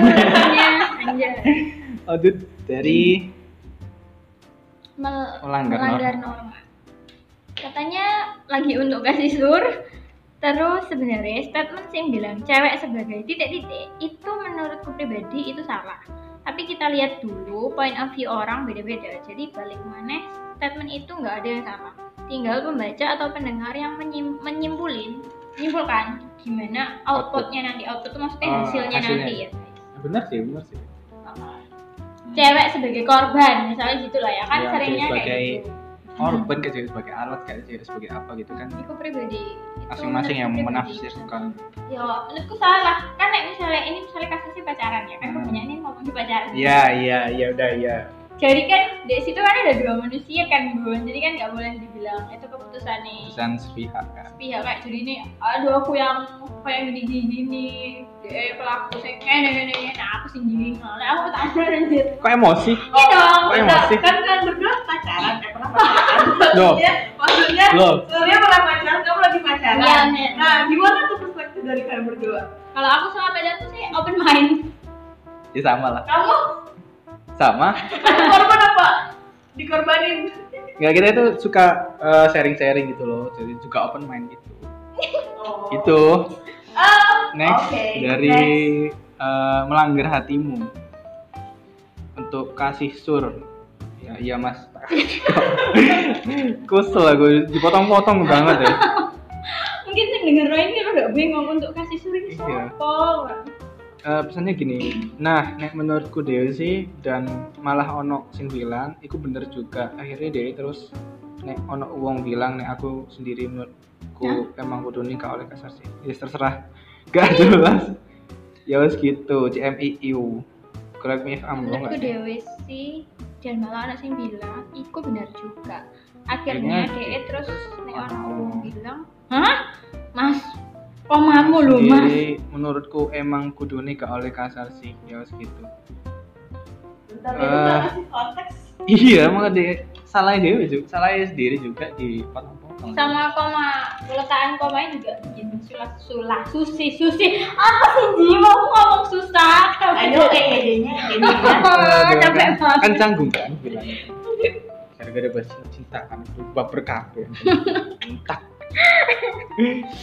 Aduh, anjir.
lanjut dari
Mel-
Melanggar
melanggar norma. Katanya lagi untuk kasih sur. Terus sebenarnya statement sih yang bilang cewek sebagai titik-titik itu menurutku pribadi itu salah. Tapi kita lihat dulu point of view orang beda-beda. Jadi balik mana statement itu nggak ada yang sama. Tinggal pembaca atau pendengar yang menyim- menyimpulin, menyimpulkan gimana outputnya nanti. Output itu maksudnya
Ah,
hasilnya,
hasilnya.
nanti ya.
Ya, benar sih benar sih
Cewek sebagai korban misalnya gitulah ya kan
Iya,
seringnya
cewek
kayak
sebagai-
gitu.
korban kayak cewek sebagai alat kayak cewek sebagai apa gitu kan
itu pribadi Itu
masing-masing yang
menurutku
menafsirkan
pribadi. ya menurutku salah kan nek misalnya ini misalnya kasusnya pacaran ya kan
Hmm.
kebanyakan ini ngomong di pacaran
iya iya iya udah iya
jadi kan di situ kan ada dua manusia kan bun jadi kan nggak boleh dibilang itu keputusan nih
pesan sepihak kan
pihak kayak jadi ini aduh aku yang kayak gini gini gini dia pelaku Eh, saya ngene ngene ngene nah, aku sih gini nah, aku tak ada anjir
kok emosi
Iya dong
Kok
enggak.
emosi?
Kan kalian berdua pacaran,
Eh,
ya pernah pacaran.
Loh.
Maksudnya, maksudnya
Loh.
Surya pernah pacaran, kamu lagi pacaran.
Iya, Nek.
Nah, gimana tuh perspektif dari kalian berdua?
kalau aku sama pacar tuh sih open mind
ya sama lah
Kamu
sama
korban apa? Dikorbanin.
nggak kita itu suka eh, sharing-sharing gitu loh jadi juga open mind gitu
Eh,
Oh.
itu
Oh,
next
oke.
dari
Next.
eh, melanggar hatimu untuk kasih sur ya iya mas kusel aku dipotong-potong banget ya
mungkin yang denger ini lo udah bingung untuk kasih suri
Iya.
siapa
Eh, pesannya gini nah nek menurutku Dewi sih dan malah ono sing bilang iku bener juga akhirnya Dewi terus nek ono uang bilang nek aku sendiri menurutku
Ya.
emang kudu nikah oleh kasar sih ya terserah gak jelas ya wes gitu CMIU correct me if I'm wrong gak
menurutku
sih?
dewe sih dan malah anak sing bilang iku benar juga akhirnya
Akhirnya,
DE terus nek
oh.
orang orang bilang hah mas omamu lho mas
Sendiri, menurutku emang kudu nikah oleh kasar sih ya wes gitu
Bentar,
Eh.
ya, bentar kasih konteks.
iya emang Dewi salahnya Dewi juga salahnya sendiri juga di potong
sama koma peletakan komanya juga bikin sulah sulah susi susi apa sih Ji mau ngomong susah
Aduh, eh, gedenya, gedenya.
Aduh,
Oh, capek
kan,
banget.
kan canggung kan bilangnya gara-gara bahasa cinta kan berubah berkabeh tak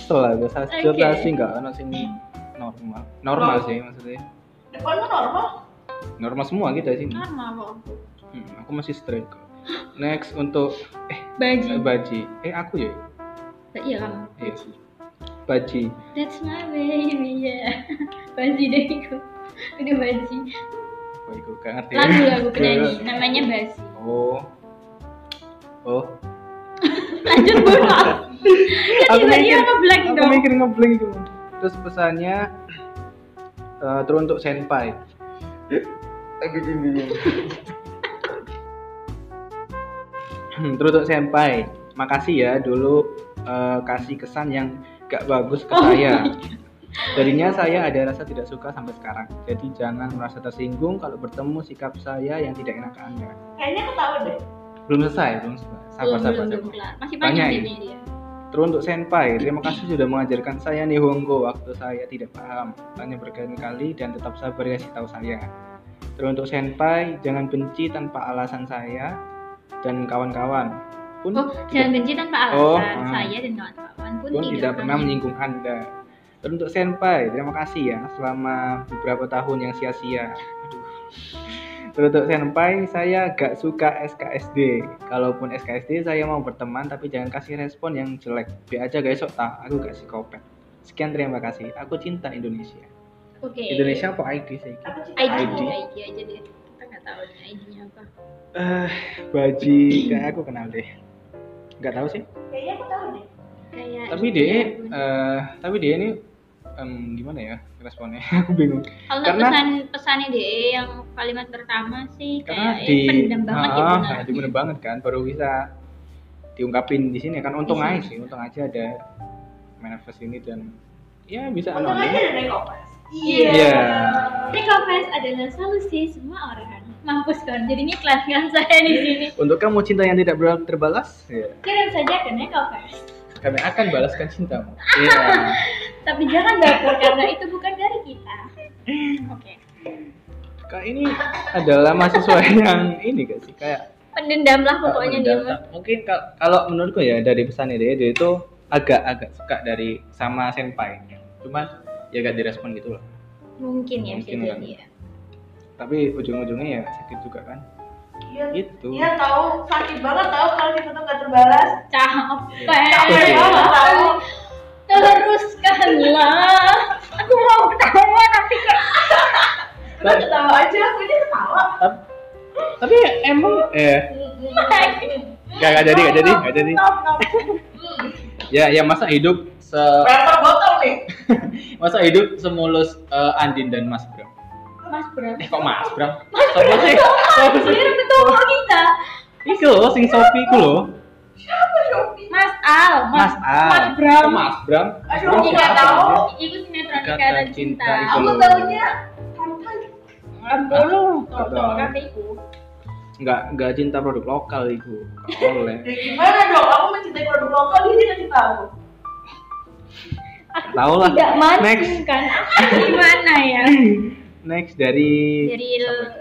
setelah bahasa
Oke. Oh.
cinta sih nggak ono sing normal normal sih maksudnya
Depanmu normal.
normal semua kita sih
normal kok
Hmm, aku masih straight kok next untuk eh,
baji
Baji eh aku ya
iya kamu
Iya. Baji
that's my baby ya baji deh itu udah baji
oh iku gak ngerti
lagu lagu penyanyi namanya baji
oh oh
lanjut buruk
Aku mikir-
tiba-tiba ngeblank
aku
dong
mikir ngeblank itu terus pesannya eh, terus untuk senpai Aku bingung. Hmm, terus untuk senpai makasih ya dulu eh, kasih kesan yang gak bagus ke
Oh
saya Jadinya saya ada rasa tidak suka sampai sekarang. Jadi jangan merasa tersinggung kalau bertemu sikap saya yang tidak enak ke Anda.
Kayaknya aku tahu deh.
Belum selesai, belum selesai. Sabar,
Oh, belum
sabar,
belum belum
sabar.
kelar masih
Banyak
panjang
ini.
ini dia
Terus untuk Senpai, terima kasih sudah mengajarkan saya Nihongo waktu saya tidak paham. Tanya berkali-kali dan tetap sabar kasih tahu saya. Terus untuk Senpai, jangan benci tanpa alasan saya dan kawan-kawan. Pun
oh jangan benci tanpa alasan
Oh, ah.
saya dan kawan-kawan pun,
pun tidak pernah menyinggung Anda. Teruntuk Senpai, terima kasih ya selama beberapa tahun yang sia-sia. Aduh. Teruntuk Senpai, saya gak suka SKSD. Kalaupun SKSD, saya mau berteman tapi jangan kasih respon yang jelek. Be aja guys, sok tak, aku gak psikopat. Sekian terima kasih. Aku cinta Indonesia.
Oke.
Indonesia Iya. apa ID sih?
Aku cinta
ID,
ID.
ID. aja deh. Kita nggak tahu nih ID-nya apa.
Eh, Baji, kayak aku kenal deh. Gak tahu sih.
Kayaknya aku tahu deh.
Kayak
Tapi
ini ya,
dia,
pun.
eh, tapi dia ini em, gimana ya responnya? aku bingung.
Kalau
karena-
pesan pesannya dia yang kalimat pertama sih
karena
kayak
di
eh, pendem banget ya
Ah,
benar.
nah, dipendem banget kan baru bisa diungkapin di sini kan untung
Di sini.
aja sih untung aja ada manifest ini dan ya bisa
Untung aja
anonim
ada dari Kompas.
Iya.
Iya.
Recommend adalah solusi semua orang. Mampus kan. Jadi ini kelas kan saya di sini.
untuk kamu cinta yang tidak ber- terbalas ya,
Kirim saja ke Nekoverse.
kami akan balaskan cintamu Iya.
Tapi jangan baper karena itu bukan dari kita. Oke.
kak ini adalah mahasiswa yang ini gak sih kayak
Pendendam lah pokoknya dia. mah.
mendata. mungkin kal- kalau menurutku ya dari pesannya dia dia itu agak-agak suka dari sama senpai cuman ya gak direspon gitu loh
Mungkin ya bisa
Mungkin
jadi
kan.
ya.
tapi ujung-ujungnya ya sakit juga kan
Iya.
gitu
Iya tahu sakit banget tahu kalau kita tuh gak terbalas.
capek Oh,
Iya.
banget. teruskanlah aku mau ketawa tapi kayak
Kita ketawa aja, aku ini ketawa.
Tap- tapi emang eh gak, gak jadi gak jadi gak jadi
Stop, stop.
ya ya masa hidup se
Pressure botol nih.
masa hidup semulus eh, Andin dan Mas Bram
mas bro
eh kok Mas Bram siapa sih Siapa sih?
sendiri ketemu kita
Iku loh, sing Sofi iku loh.
Siapa Shopee?
mas al
Mas Al.
mas bram
Kok Mas Bram. Mas Bram
Aduh, aku
kok
nggak
apa
tahu.
namanya?
Ibu sinetron
Ikatan
Ikatan
Cinta
Cinta.
itu.
Aku taunya Tantan.
Dulu,
Nggak
tuh,
tahu.
kan iku.
Nggak nggak cinta produk lokal iku. Nggak Oleh.
Ya gimana dong? Aku mencintai produk lokal dia tidak tahu.
Aku
Tahu lah.
Tidak
Next.
mancing kan. Aku Gimana ya?
Next dari
Dari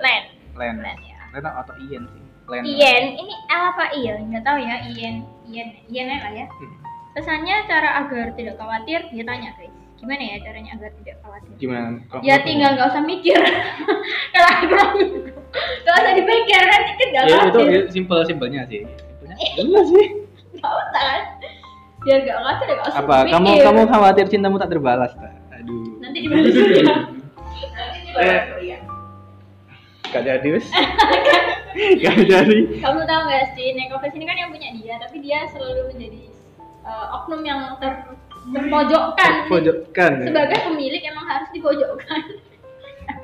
Len.
Len.
Len ya.
Len atau Ian sih. Len.
Ian, ini L apa Ian? Nggak tahu ya, Ian. Ian, Ian lah ya.
Hmm.
Pesannya cara agar tidak khawatir, dia tanya guys. Gimana ya caranya agar tidak khawatir?
Gimana? Kalau
Ya
menurutmu?
tinggal nggak usah mikir. Kalau aku nggak mikir. nggak usah dipikir nanti kan nggak
Ya itu
khawatir.
itu simple simpelnya sih.
Eh,
Simpelnya sih.
Nggak usah kan? Biar nggak khawatir nggak usah
apa
dipikir.
kamu kamu khawatir cintamu tak terbalas tak aduh
ya. Nanti gitu. dibalesin ya.
Nanti dia
Eh.
balas kuliah.
gak jadi wes gak jadi
Kamu tahu nggak sih, Nekofes ini kan yang punya dia, tapi dia selalu menjadi eh, oknum yang ter terpojokkan.
pojokkan
Sebagai pemilik emang harus dipojokkan.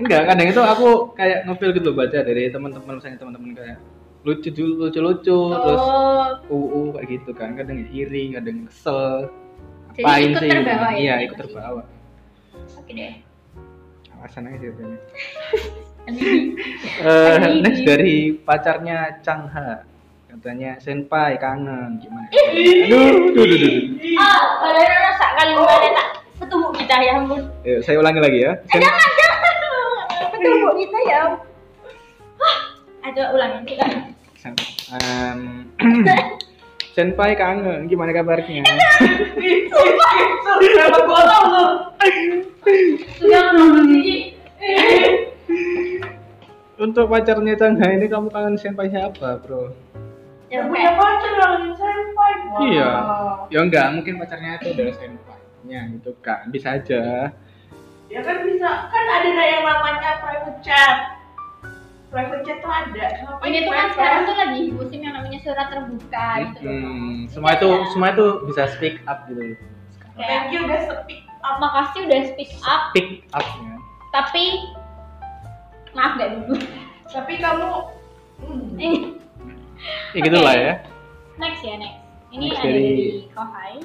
enggak kadang itu aku kayak ngefeel gitu baca dari teman-teman misalnya teman-teman kayak lucu dulu lucu lucu terus
oh,
uu kayak gitu kan kadang iri kadang kesel
Jadi
Apain
ikut
sih?
terbawa ya?
iya ikut terbawa
oke deh.
alasan aja sih biasanya.
Ini
Eh,
Ini.
next dari pacarnya Changha katanya senpai kangen gimana
Ih,
aduh aduh aduh, aduh.
ih,
Ah, kalau rasa kalimatnya
Oh.
tak ketemu kita ya ampun.
Ayo, saya ulangi lagi ya
Eh,
Sen-
jangan, jangan. Ketemu kita ya ampun. Ah, Hah, Ada ulangan kita.
sen- em, senpai kangen gimana kabarnya
ih, sumpah, sumpah, kenapa gua tau lu?
Hmm.
Sudah belum sih.
untuk pacarnya Cangha ini kamu kangen senpai siapa bro
Yang punya pacar yang senpai. Wah.
iya ya enggak mungkin pacarnya itu adalah senpainya gitu kan bisa aja
Ya kan bisa, kan ada dah yang namanya private chat. Private chat tuh ada. Kenapa
Ini
di
tuh kan
private?
sekarang tuh lagi musim yang namanya surat terbuka gitu loh. Iya.
Hmm, semua itu semua itu bisa speak up gitu loh.
Thank you udah speak up.
Makasih udah speak up,
Pick up ya.
tapi maaf gak dulu.
Tapi kamu hmm,
Ya gitulah ya.
next ya next. Ini
Next
ada
dari-
di Kohai.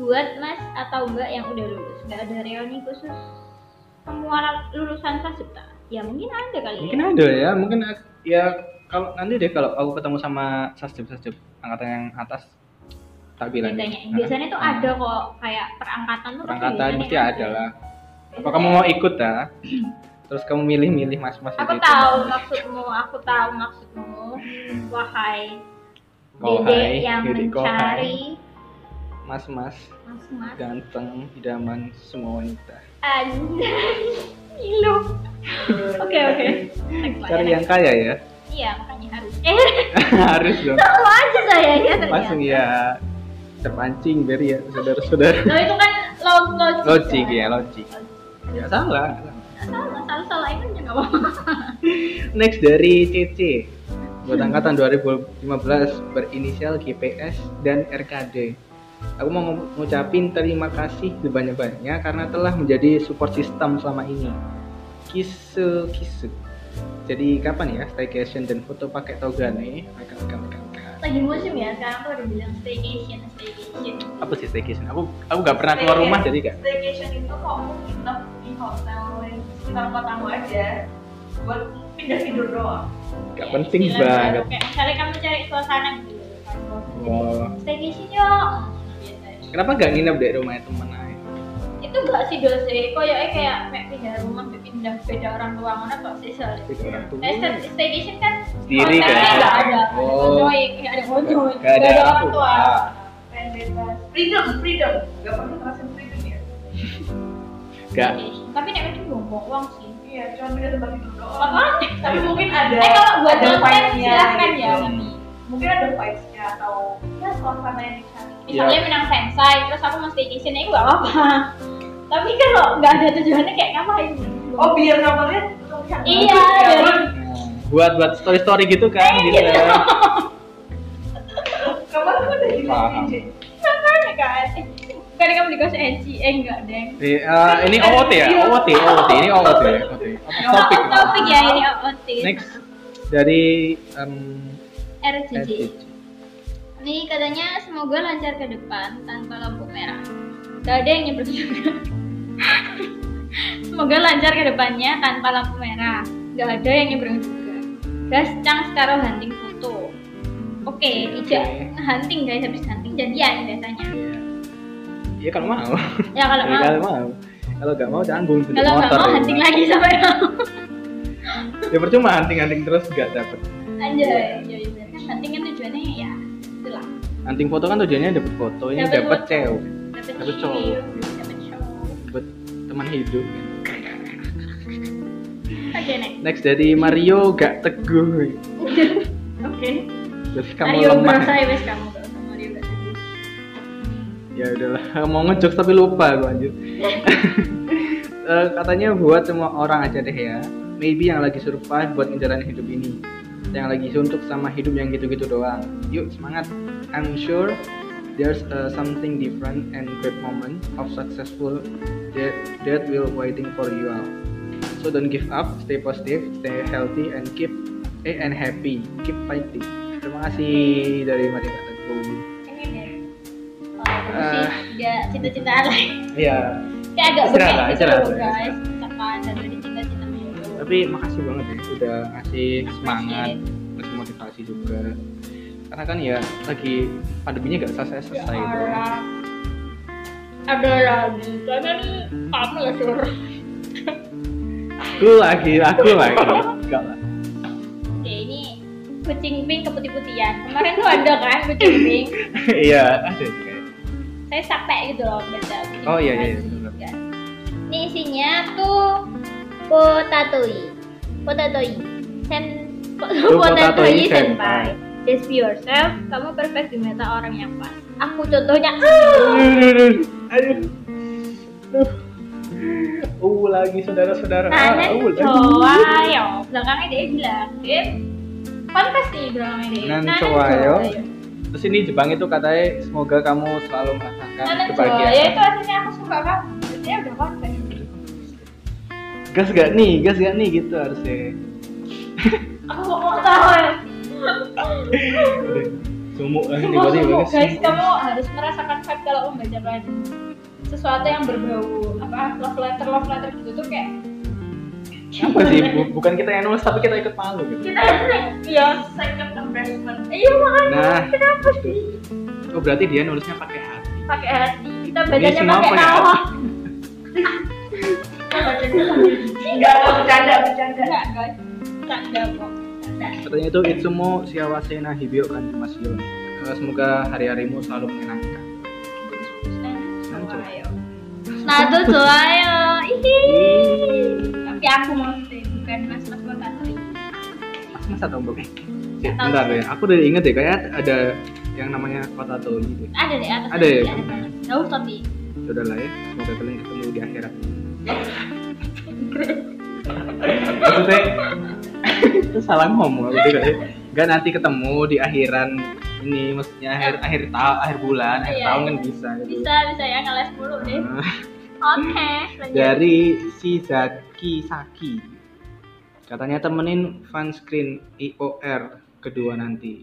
Buat mas atau mbak yang udah lulus, nggak ada reuni khusus semua lulusan Prasutta. Ya mungkin ada kali.
Mungkin
ya.
ada ya, mungkin ak- ya kalau nanti deh kalau aku ketemu sama sasjub-sasjub angkatan yang atas tak bilang.
Ditanya.
Hah?
Biasanya tuh
Hmm.
ada kok kayak perangkatan tuh. pasti
Perangkatan
biasanya kan
mesti ada lah. Apa kamu mau ikut gitu? ya? Terus kamu milih-milih mas-mas
Aku
itu.
tahu maksudmu, aku tahu maksudmu. Wahai
Hmm. Kohai,
Dede yang
Dede Kohai.
mencari
Mas-mas
mas-mas
ganteng idaman semua wanita.
Anjay, Ilu. Oke oke. Next lah,
Cari
ya,
yang
next.
kaya ya.
Iya makanya harus. Eh
Harus dong.
sama aja saya ya ternyata.
Langsung ya terpancing dari ya saudara-saudara.
Nah itu kan lo- logik.
Logik
kan?
ya, logik.
Logik.
Ya salah. nggak salah.
Salah salah salah ini kan nggak apa-apa.
Next dari CC buat angkatan 2015 berinisial GPS dan RKD. Aku mau mengucapin terima kasih sebanyak-banyaknya karena telah menjadi support system selama ini. Kisu kisu. Jadi kapan ya staycation dan foto pakai toga nih? Akan akan akan, akan.
Lagi musim ya sekarang tuh udah bilang staycation staycation.
Apa sih staycation? Aku aku nggak pernah keluar rumah jadi gak.
Staycation itu kamu nginep di hotel yang sekitar kotamu aja buat pindah tidur doang.
Gak
Ya,
penting
istilah
banget.
baru. Kayak misalnya kamu cari suasana gitu. kan, suasana.
Oh.
Staycation yuk. Biasanya.
Kenapa gak nginep di rumahnya temen aja?
itu gak sih dosi koyoknya kayak mek pindah rumah mek pindah beda orang tua mana kok sih soalnya
Beda orang tua.
nah stay- staycation kan
Sendiri
kontennya
kan?
gak ada
Oh.
koncoy kayak ada koncoy
Gak
gak
ada
ada orang
orang
tua
tua.
Pengen bebas. Freedom, freedom. Gak pernah ngerasain freedom ya?
Gak.
Staycation. tapi nek itu ngomong uang sih
Iya, cuma pindah tempat tidur doang.
Makanya,
Tapi
Iya.
mungkin ada.
Oh, eh kalau buat
ada
konten
vibes-nya
silahkan
gitu.
ya
gitu.
Mami.
Mungkin ada vibes-nya atau ya suasana yang dicari.
misalnya
Iya.
menang sensai terus aku mau staycation itu gak apa-apa tapi kalau gak ada tujuannya kayak ngapain
Oh, biar gambarnya tetap cantik.
Iya,
Ya,
biar-
kan?
Buat buat story story gitu kan?
Eh,
gitu.
gitu.
Gambar tuh udah
Paham.
gini.
Makanya kan Eh, bukannya kamu dikasih enci eh enggak deng
Di, eh, ini OOT
Iya.
ya, OOT, OOT, ini OOT, OOT. Topik.
topik topik Iya. ya ini OOT
Next dari em, Iya.
RJJ
SDG.
ini katanya semoga lancar ke depan tanpa lampu merah gak ada yang nyebut juga semoga lancar ke depannya tanpa lampu merah gak ada yang nyebrang juga gas cang sekarang hunting foto oke tidak hunting guys habis hunting jadian biasanya
Iya kalau mau.
ya kalau
Iya,
mau
Kalau mau. Kalau nggak mau tanggung beli
kalau nggak
motor.
mau
ya.
hunting lagi sampai mau
Ya percuma hunting-hunting terus nggak dapet.
anjay ya, ya, kan hunting kan tujuannya ya itulah
Hunting foto kan tujuannya dapet foto, ini
Dapet
dapet
foto.
cewek,
dapat
Dapet
show
cowok.
dapat show
dapet teman hidup.
oke next
Next dari Mario gak teguh.
oke
Terus kamu
Mario
lemah.
Bros aja ya, wes kamu gak usah Mario Bros aja.
ya udahlah mau ngejokes tapi lupa gue anjir Eh, katanya buat semua orang aja deh ya maybe yang lagi survive buat ngejalanin hidup ini yang lagi suntuk sama hidup yang gitu-gitu doang yuk semangat I'm sure there's uh, something different and great moment of successful that that will waiting for you all so don't give up stay positive stay healthy and keep eh, and happy keep fighting terima kasih dari Mari Kata Kubu.
ini deh kalau aku
Eh.
sih gak cita-citaan lagi
Iya,
kayak agak
Istirahat
bengek
lah,
gitu
istirahat
loh
lah,
guys tekan dan dari cita-cita dulu
tapi makasih banget ya udah ngasih semangat
Makasih.
ngasih motivasi juga karena kan ya lagi pandeminya nggak gitu. selesai selesai
Ya,
itu
orang. ada lagi karena nih kamu ya sur
aku lagi aku lagi enggak lah
ya ini kucing pink keputih-putihan kemarin tuh ada kan kucing pink
iya ada juga
saya sampai gitu loh baca kucing
Oh, iya,
pink
iya, iya,
gitu
benar.
kan. ini isinya tuh potatoi potatoi sen
Tuh, Oh, potatoi
potatoi
senpai.
senpai just be yourself kamu perfect di mata orang yang pas aku contohnya ah!
aduh Aduh. Uh, lagi saudara-saudara. Ah,
Nah,
uh, lagi.
cowayo. Belakangnya dia bilang, Dip, kan pasti belakangnya dia.
Nan
Nanen
cowayo. Terus ini Jepang itu katanya semoga kamu selalu merasakan
Nanen cowayo. Ya
kebahagiaan.
itu artinya aku suka kamu. Dia udah konten.
Gas gak nih, gas gak nih gitu harusnya.
Aku mau tahu ya.
Udah, Sumuk eh,
Semua
tiba-tiba.
semua guys,
sumuk.
kamu harus merasakan vibe kalau membacakan sesuatu yang berbau apa love letter love letter gitu tuh kayak
Apa sih? Bu- Bukan kita yang nulis tapi kita ikut malu gitu.
kita ya
second embarrassment
iya makanya
Nah.
kenapa sih
Oh berarti dia nulisnya pakai hati.
pakai hati kita
Ini
bacanya
semua ya?
pakai
pakai
tawa
hati.
enggak kok bercanda bercanda
enggak guys canda kok Canda.
Katanya itu Itsumo Shiawase na Hibio kan Mas Yon. Eh, Semoga hari-harimu selalu menyenangkan.
Nah, Satu dua Nah, ayo. Ihi. Tapi aku mau sih, bukan mas mas kota Sri.
Mas masa tombol. Eh, bentar ya. Aku udah inget deh kayak ada yang namanya kota Toli deh.
Ada deh atas.
Ada ya?
banget. Jauh tapi.
Sudah lah ya. Semoga kalian ketemu di akhirat. Maksudnya itu salah ngomong aku tidak ya. Enggak nanti ketemu di akhiran ini maksudnya akhir akhir tahun akhir bulan akhir
Iya,
tahun
iya.
kan bisa gitu.
Bisa bisa ya ngeles mulu deh.
Nah.
Oke. lanjut.
dari Shizaki Saki. Katanya temenin fanscreen IOR kedua nanti.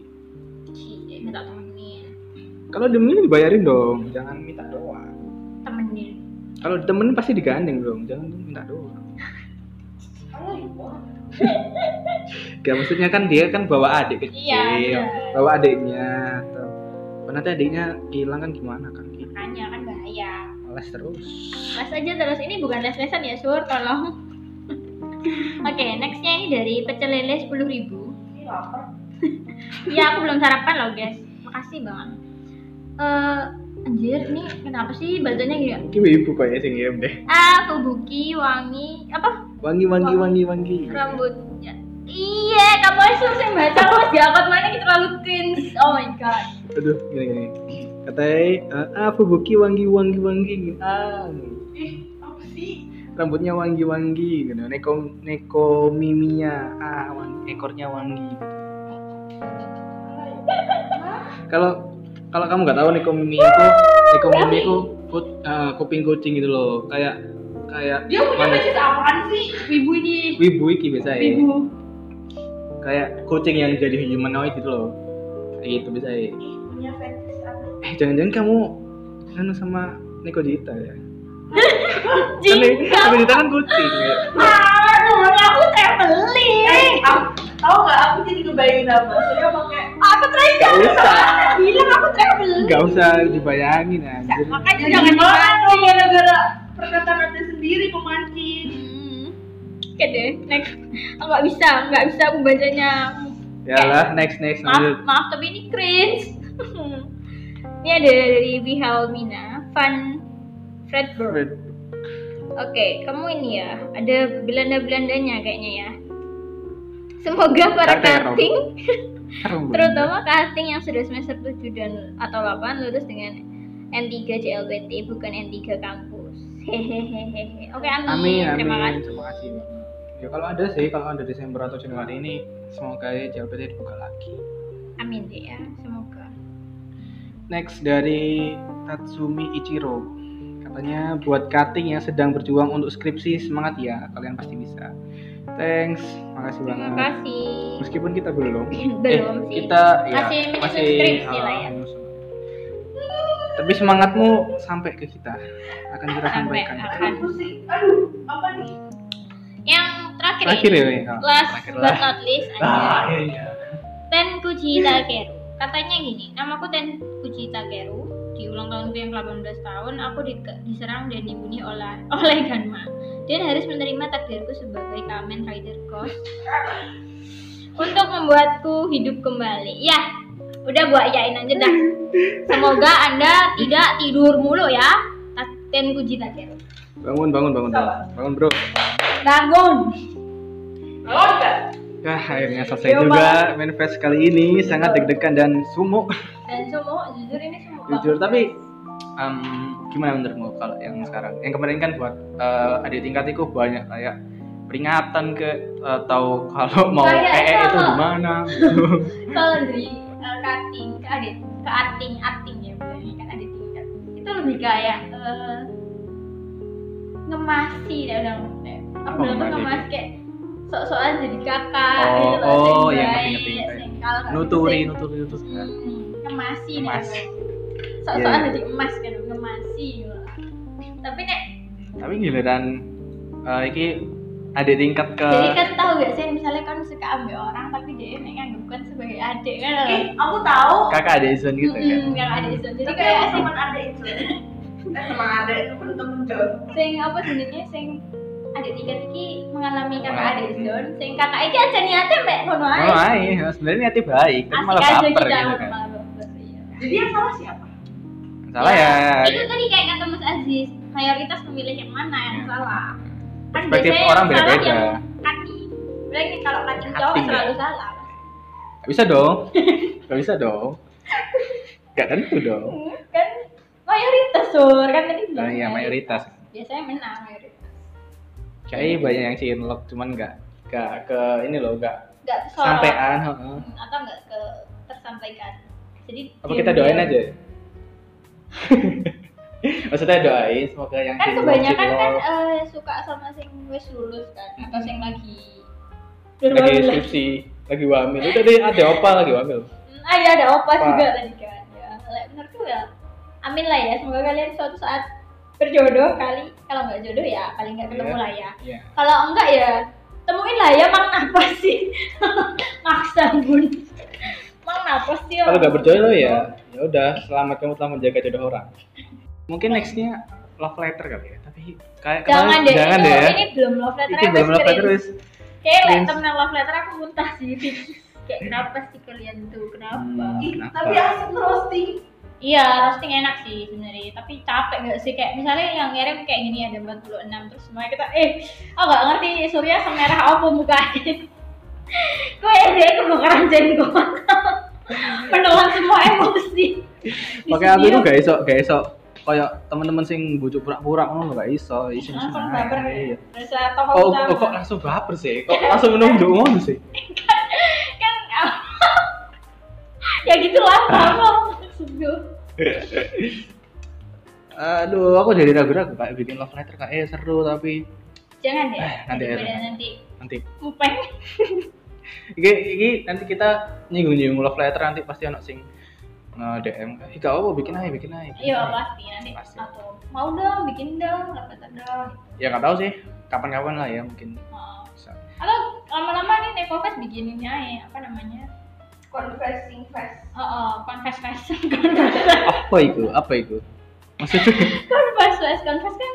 Cie, Minta temenin.
Kalau demenin dibayarin dong, jangan minta doang.
Temenin.
Kalau temenin pasti digandeng dong, jangan minta doang. Gak maksudnya kan dia kan bawa adik kecil,
Iya, iya.
bawa adiknya. Atau... Oh, Nanti adiknya hilang kan gimana kan?
Makanya kan bahaya.
Les terus.
Les aja terus ini bukan les lesan ya sur tolong. Oke, nextnya ini dari pecel lele sepuluh ribu.
Ini lapar
Iya, aku belum sarapan loh, guys. Makasih banget. Eh, anjir, ini kenapa sih bacanya gini? ya?
Mungkin ibu kayak sing ngirim deh.
Ah, Fubuki, wangi, apa?
Wangi wangi wangi wangi.
Rambutnya. Iya, kamu harus langsung baca Mas diangkat mana kita terlalu cringe. Oh my god.
Aduh, gini gini. Katanya, ah, Fubuki wangi wangi wangi. Ah,
ih apa sih
rambutnya wangi-wangi gitu neko neko miminya ah wangi- ekornya wangi gitu. kalau kalau kamu nggak tahu neko mimi itu neko mimi itu ku- eh, kuping kucing gitu loh kayak kayak
dia punya
mana-
basis apaan sih
Wibu ini.
wibu iki biasa ya
gitu. Wibu.
kayak kucing yang jadi humanoid gitu loh kayak gitu biasa ya
ih punya fetish apa
eh jangan-jangan kamu anu sama neko jita ya kan
Jing.
neko jita kan kucing ya
Ah, dulu aku traveling.
Eh, aku- tahu nggak aku jadi kebayangin apa dia pakai
Aku traveling.
Nggak usah.
Bilang aku traveling.
nggak usah dibayangin anjir
Makanya
Jadi
jangan
gimana
dimakan.
dong gara-gara perkataan anda sendiri pemancing
Oke deh, next. Aku nggak bisa, nggak bisa aku bacanya.
Yalah, Ya next next
Maaf,
lanjut.
maaf tapi ini cringe. ini ada dari Wilhelmina Van Fredberg. Oke, kamu ini ya, ada Belanda-Belandanya kayaknya ya. Semoga para
Kakek, Rob.
cutting,
Rambut.
terutama cutting yang sudah semester 7 dan atau 8 lulus dengan N3 JLBT bukan N3 kampus. Hehehehe. Oke,
Amin,
amin.
amin.
Terima kasih.
Terima kasih. Ya kalau ada sih, kalau ada Desember atau Januari ini, semoga ya JLPT dibuka lagi.
Amin deh ya, semoga.
Next dari Tatsumi Ichiro. Katanya buat cutting yang sedang berjuang untuk skripsi semangat ya, kalian pasti bisa. Thanks, makasih
Terima
banget.
kasih.
Meskipun kita belum,
Belum
eh,
sih.
kita ya,
Masih menyusun skripsi lah ya.
menyusun. Tapi semangatmu sampai ke kita, akan kita
Sampai,
sampaikan.
akan.
aku sih aduh apa nih
Yang terakhir,
Terakhir
ini,
ya, Wei?
last
Terakhir
but
lah.
not least,
Ah,
aja.
iya.
Ten Kuji Takeru. Katanya gini, namaku Ten Kuji Takeru. Di ulang tahunku yang 18 tahun, aku di- diserang dan dibunuh oleh oleh Ganma. Dan harus menerima takdirku sebagai Kamen Rider Ghost untuk membuatku hidup kembali. Ya, udah gua yain aja dah. Semoga Anda tidak tidur mulu ya. Ta- Ten Kuji Takeru.
Bangun, bangun, bangun, bangun. Bangun, Bro.
Bangun.
Kalau enggak,
Nah, akhirnya selesai juga manifest kali ini sangat deg-degan dan sumuk
Dan semua jujur ini semua.
jujur tapi em, gimana menurutmu kalau yang sekarang yang kemarin kan buat eh, adik tingkatiku banyak kayak peringatan ke atau kalau mau
Kayak
PE
itu
itu
apa?
gimana
kalau dari uh, cutting ke adik ke ating ating ya bilangnya kan adik tingkat itu lebih kayak eh, ngemasi ya udah eh, aku
Apa
bilang tuh
ngemasi?
ngemas kayak sok-sokan jadi kakak
Oh,
gitu loh
oh,
sing
iya,
baik,
ngerti, ngerti.
sing kalau nggak
nuturi
gitu,
nuturi nuturi
sing- hmm, ngemasi nih
Ngemas.
sok-sokan
Iya, iya.
jadi emas kan ngemasi gitu loh. tapi nek
tapi giliran eh, iki adik tingkat ke
jadi kan tahu gak sih misalnya kan suka ambil orang tapi dia nek nganggep kan sebagai adik kan loh
Gitu
ih Eh, aku tahu.
kakak adik Izun gitu kan
Mm, yang adik Zon. jadi
Tapi
kayak
aku
sing
teman ada itu. Eh, teman ada itu pun temen jauh.
sing apa jenenge sing adik tingkat iki mengalami kakak
Mengalami.
adik Zon sing kakak iki aja niate mek ngono ae
oh ay sebenarnya niatnya baik tapi
ya. asik
malah
aja
baper
kita
gitu kan
malah baper, iya.
Jadi yang salah siapa?
salah ya
itu tadi kayak kata Mas Aziz mayoritas memilih yang mana yang salah kan
Iya. Perspektif
biasanya
orang
yang salah
beda-beda. ya.
yang kaki berarti kalau kaki cowok
Kaki,
selalu salah
Nggak bisa dong gak bisa dong gak tentu dong
Hmm, kan mayoritas sur kan tadi
nah,
bilang
iya mayoritas
biasanya menang mayoritas
Kayaknya banyak yang cinlok, cuman nggak nggak ke ini loh, nggak
nggak kesorot
sampean. heeh.
Hmm, atau nggak ke tersampaikan jadi
Apa kita
diam-diam.
doain aja? Maksudnya doain semoga yang
kan
cinlok,
kebanyakan kan
cinlok,
eh, suka sama sing wis lulus kan atau sing lagi
Hmm. lagi
berwamil.
skripsi, lagi wamil. Itu tadi ada opa lagi wamil.
Hmm, ah ya ada opa
Opa.
juga tadi kan ya le- menurutku ya amin lah ya semoga kalian suatu saat berjodoh kali kalau nggak jodoh ya paling nggak ketemu
Iya.
lah ya
Iya.
kalau enggak ya temuin lah ya mang apa sih maksa bun mang apa sih
Kalau
orang?
nggak berjodoh ya, ya udah. Selamat kamu telah menjaga jodoh orang. Mungkin nextnya love letter kali ya, tapi kayak kemarin-
jangan deh
jangan
itu,
deh ya.
ini belum love letter
Ini belum love letter wis.
kayak
Cringe.
letter nang love letter aku muntah sih kayak kenapa sih kalian tuh kenapa
Hmm,
Ih,
kenapa?
tapi asik roasting.
Iya, roasting enak sih sebenarnya, tapi capek gak sih kayak misalnya yang ngirim kayak gini ada 46 terus semuanya kita eh aku gak ngerti Surya semerah apa mukanya. Gue ide kebakaran jenggot. Menelan semua emosi. Di
Makanya aku tuh
sini ya,
gak iso, gak iso kayak temen-temen sing bujuk pura-pura ngono lho gak iso, isin isin aja.
langsung Ah, baper.
Iya.
Terus saya toko
Oh,
utama.
oh, kok langsung baper sih? Kok langsung menunduk ngono sih?
kan ya gitu lah kamu maksud gue.
Aduh, aku jadi ragu-ragu kayak bikin love letter kayak eh, seru tapi
Jangan ya.
Eh, nanti aja.
daripada nanti
nanti
kupeng.
iki iki nanti kita nyinggung-nyinggung love letter nanti pasti ono sing nge DM. Ih, gak apa bikin aja, bikin aja. bikin
Iya
aja.
pasti nanti
Pasti.
atau mau dong bikin dong dapat dong. gitu.
Ya gak tahu sih, kapan-kapan lah ya mungkin.
Mau.
bisa.
atau lama-lama nih Nekofest bikin ini aja apa namanya
Confessing fest.
oh, oh confess fest confess
Apa itu? Apa itu? Maksudnya
fest confess kan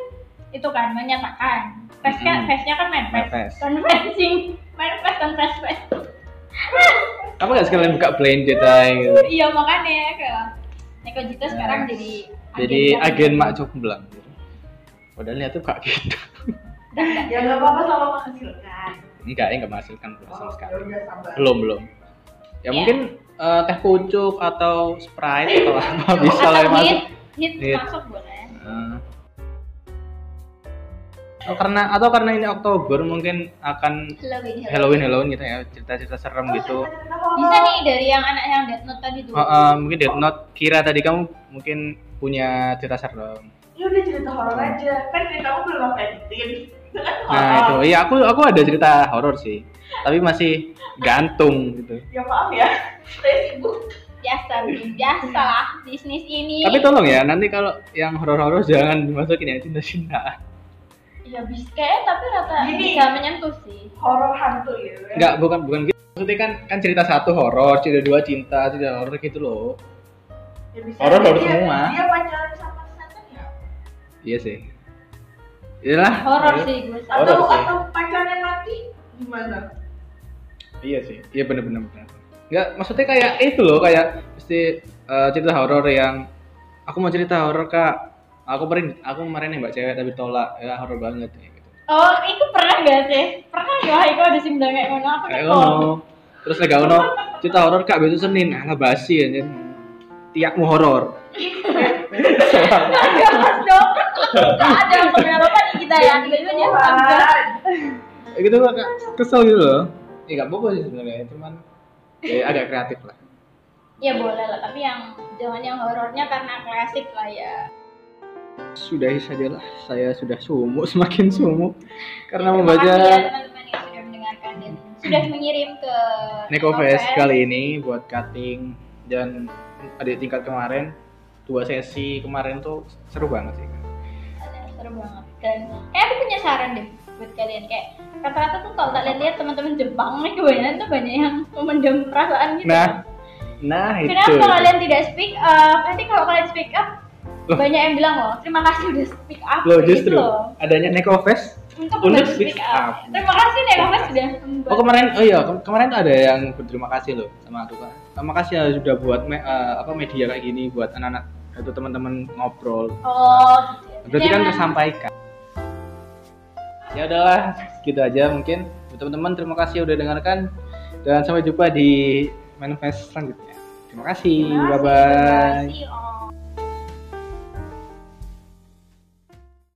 itu kan menyatakan fest kan
Mm-mm.
festnya kan main
Main fest.
fest confessing main fest confess fest
apa gak sekalian buka blended aja gitu?
iya makanya ke Neko Jito sekarang
Nah,
jadi
Jadi
kan.
agen mak jomblang. gitu. Padahal niatnya tuh gak gitu.
Udah, udah.
Ya nggak apa-apa selama menghasilkan.
Enggak, ya enggak menghasilkan
Oh,
sama
ya
sekali.
iya.
udah sabar.
belum belum ya
Ya.
mungkin eh, teh pucuk atau sprite atau apa bisa lah
Atau
yang masuk
hit, hit,
Hit.
masuk boleh
Eh. Oh, karena atau karena ini Oktober mungkin akan
Halloween, Halloween.
Halloween Halloween gitu ya cerita-cerita serem
Oh,
gitu
cerita-cerita horor.
bisa nih dari yang anak yang Death Note tadi tuh
Oh, eh, mungkin Death Note Kira tadi kamu mungkin punya cerita serem
Ya udah cerita horor aja. Kan ceritamu belum apa editing. Kan
nah itu
horor.
iya aku aku ada cerita horor sih tapi masih gantung gitu
Ya maaf ya. Saya sibuk.
biasa Bun. biasa lah bisnis ini
tapi tolong ya nanti kalau yang horor-horor jangan dimasukin ya cinta-cintaan
Ya bisa kayaknya tapi rata
Gini.
nggak menyentuh sih.
Horor hantu ya.
Enggak, bukan bukan gitu. Maksudnya kan kan cerita satu horor, cerita dua cinta, cerita horor gitu loh.
Ya, bisa
Horor
aja
horor
dia-
semua.
Dia pacaran sama setan ya?
Iya sih. Iyalah.
horor
Iya.
sih gue sih.
Horor
Atau
sih.
atau pacarnya mati gimana?
Iya sih. Iya bener-bener. bener. Enggak, maksudnya kayak itu loh, kayak mesti eh, cerita horor yang aku mau cerita horor kak. Aku kemarin aku kemarin nembak cewek tapi tolak. Ya horor banget. ya, Gitu.
oh itu pernah gak sih pernah ya Haiko ada sih bilang kayak ngono aku
Kayak
neko.
ngono. Terus lega ono cerita horor kak besok Senin, ah ngebasi anjir. Tiakmu horor.
Enggak mas dong Gak ada pengalaman nih kita ya Tiba-tiba dia enggak
Kayak gitu loh kak kesel gitu loh ya gak apa-apa sih sebenarnya cuman ya, agak kreatif lah
Ya boleh lah Tapi yang Jangan yang horornya karena klasik lah ya
sudahi sajalah saya sudah sumuk semakin sumuk karena
Terima kasih
membaca
ya teman-teman yang sudah mendengarkan dan sudah mengirim ke
Nekofest
Nekofest.
kali ini buat cutting dan adik tingkat kemarin dua sesi kemarin tuh seru banget sih
Ada, seru banget dan kayak aku punya saran deh buat kalian kayak rata-rata tuh kalau tak lihat teman-teman Jepang nih kebanyakan tuh banyak yang memendam perasaan gitu
nah nah itu
Kenapa kalian tidak speak up? Nanti kalau kalian speak up,
Loh.
banyak yang bilang loh, terima kasih udah speak up.
loh
gitu
justru
loh.
adanya Nekofest
Untuk
Untuk
udah
speak
speak
up.
up. Terima kasih nih Kamu sudah
Oh kemarin, oh iya kem- kemarin tuh ada yang berterima kasih loh sama aku kak. Terima kasih ya sudah buat me- eh, apa media kayak gini buat anak-anak itu teman-teman ngobrol.
Oh, gitu. ya.
Berarti kan
Jangan-
tersampaikan. Ya udahlah, gitu aja mungkin. Buat Teman-teman terima kasih udah dengarkan dan sampai jumpa di manifest selanjutnya. Terima kasih,
terima
bye
kasih,
bye.
Terima kasih, Om.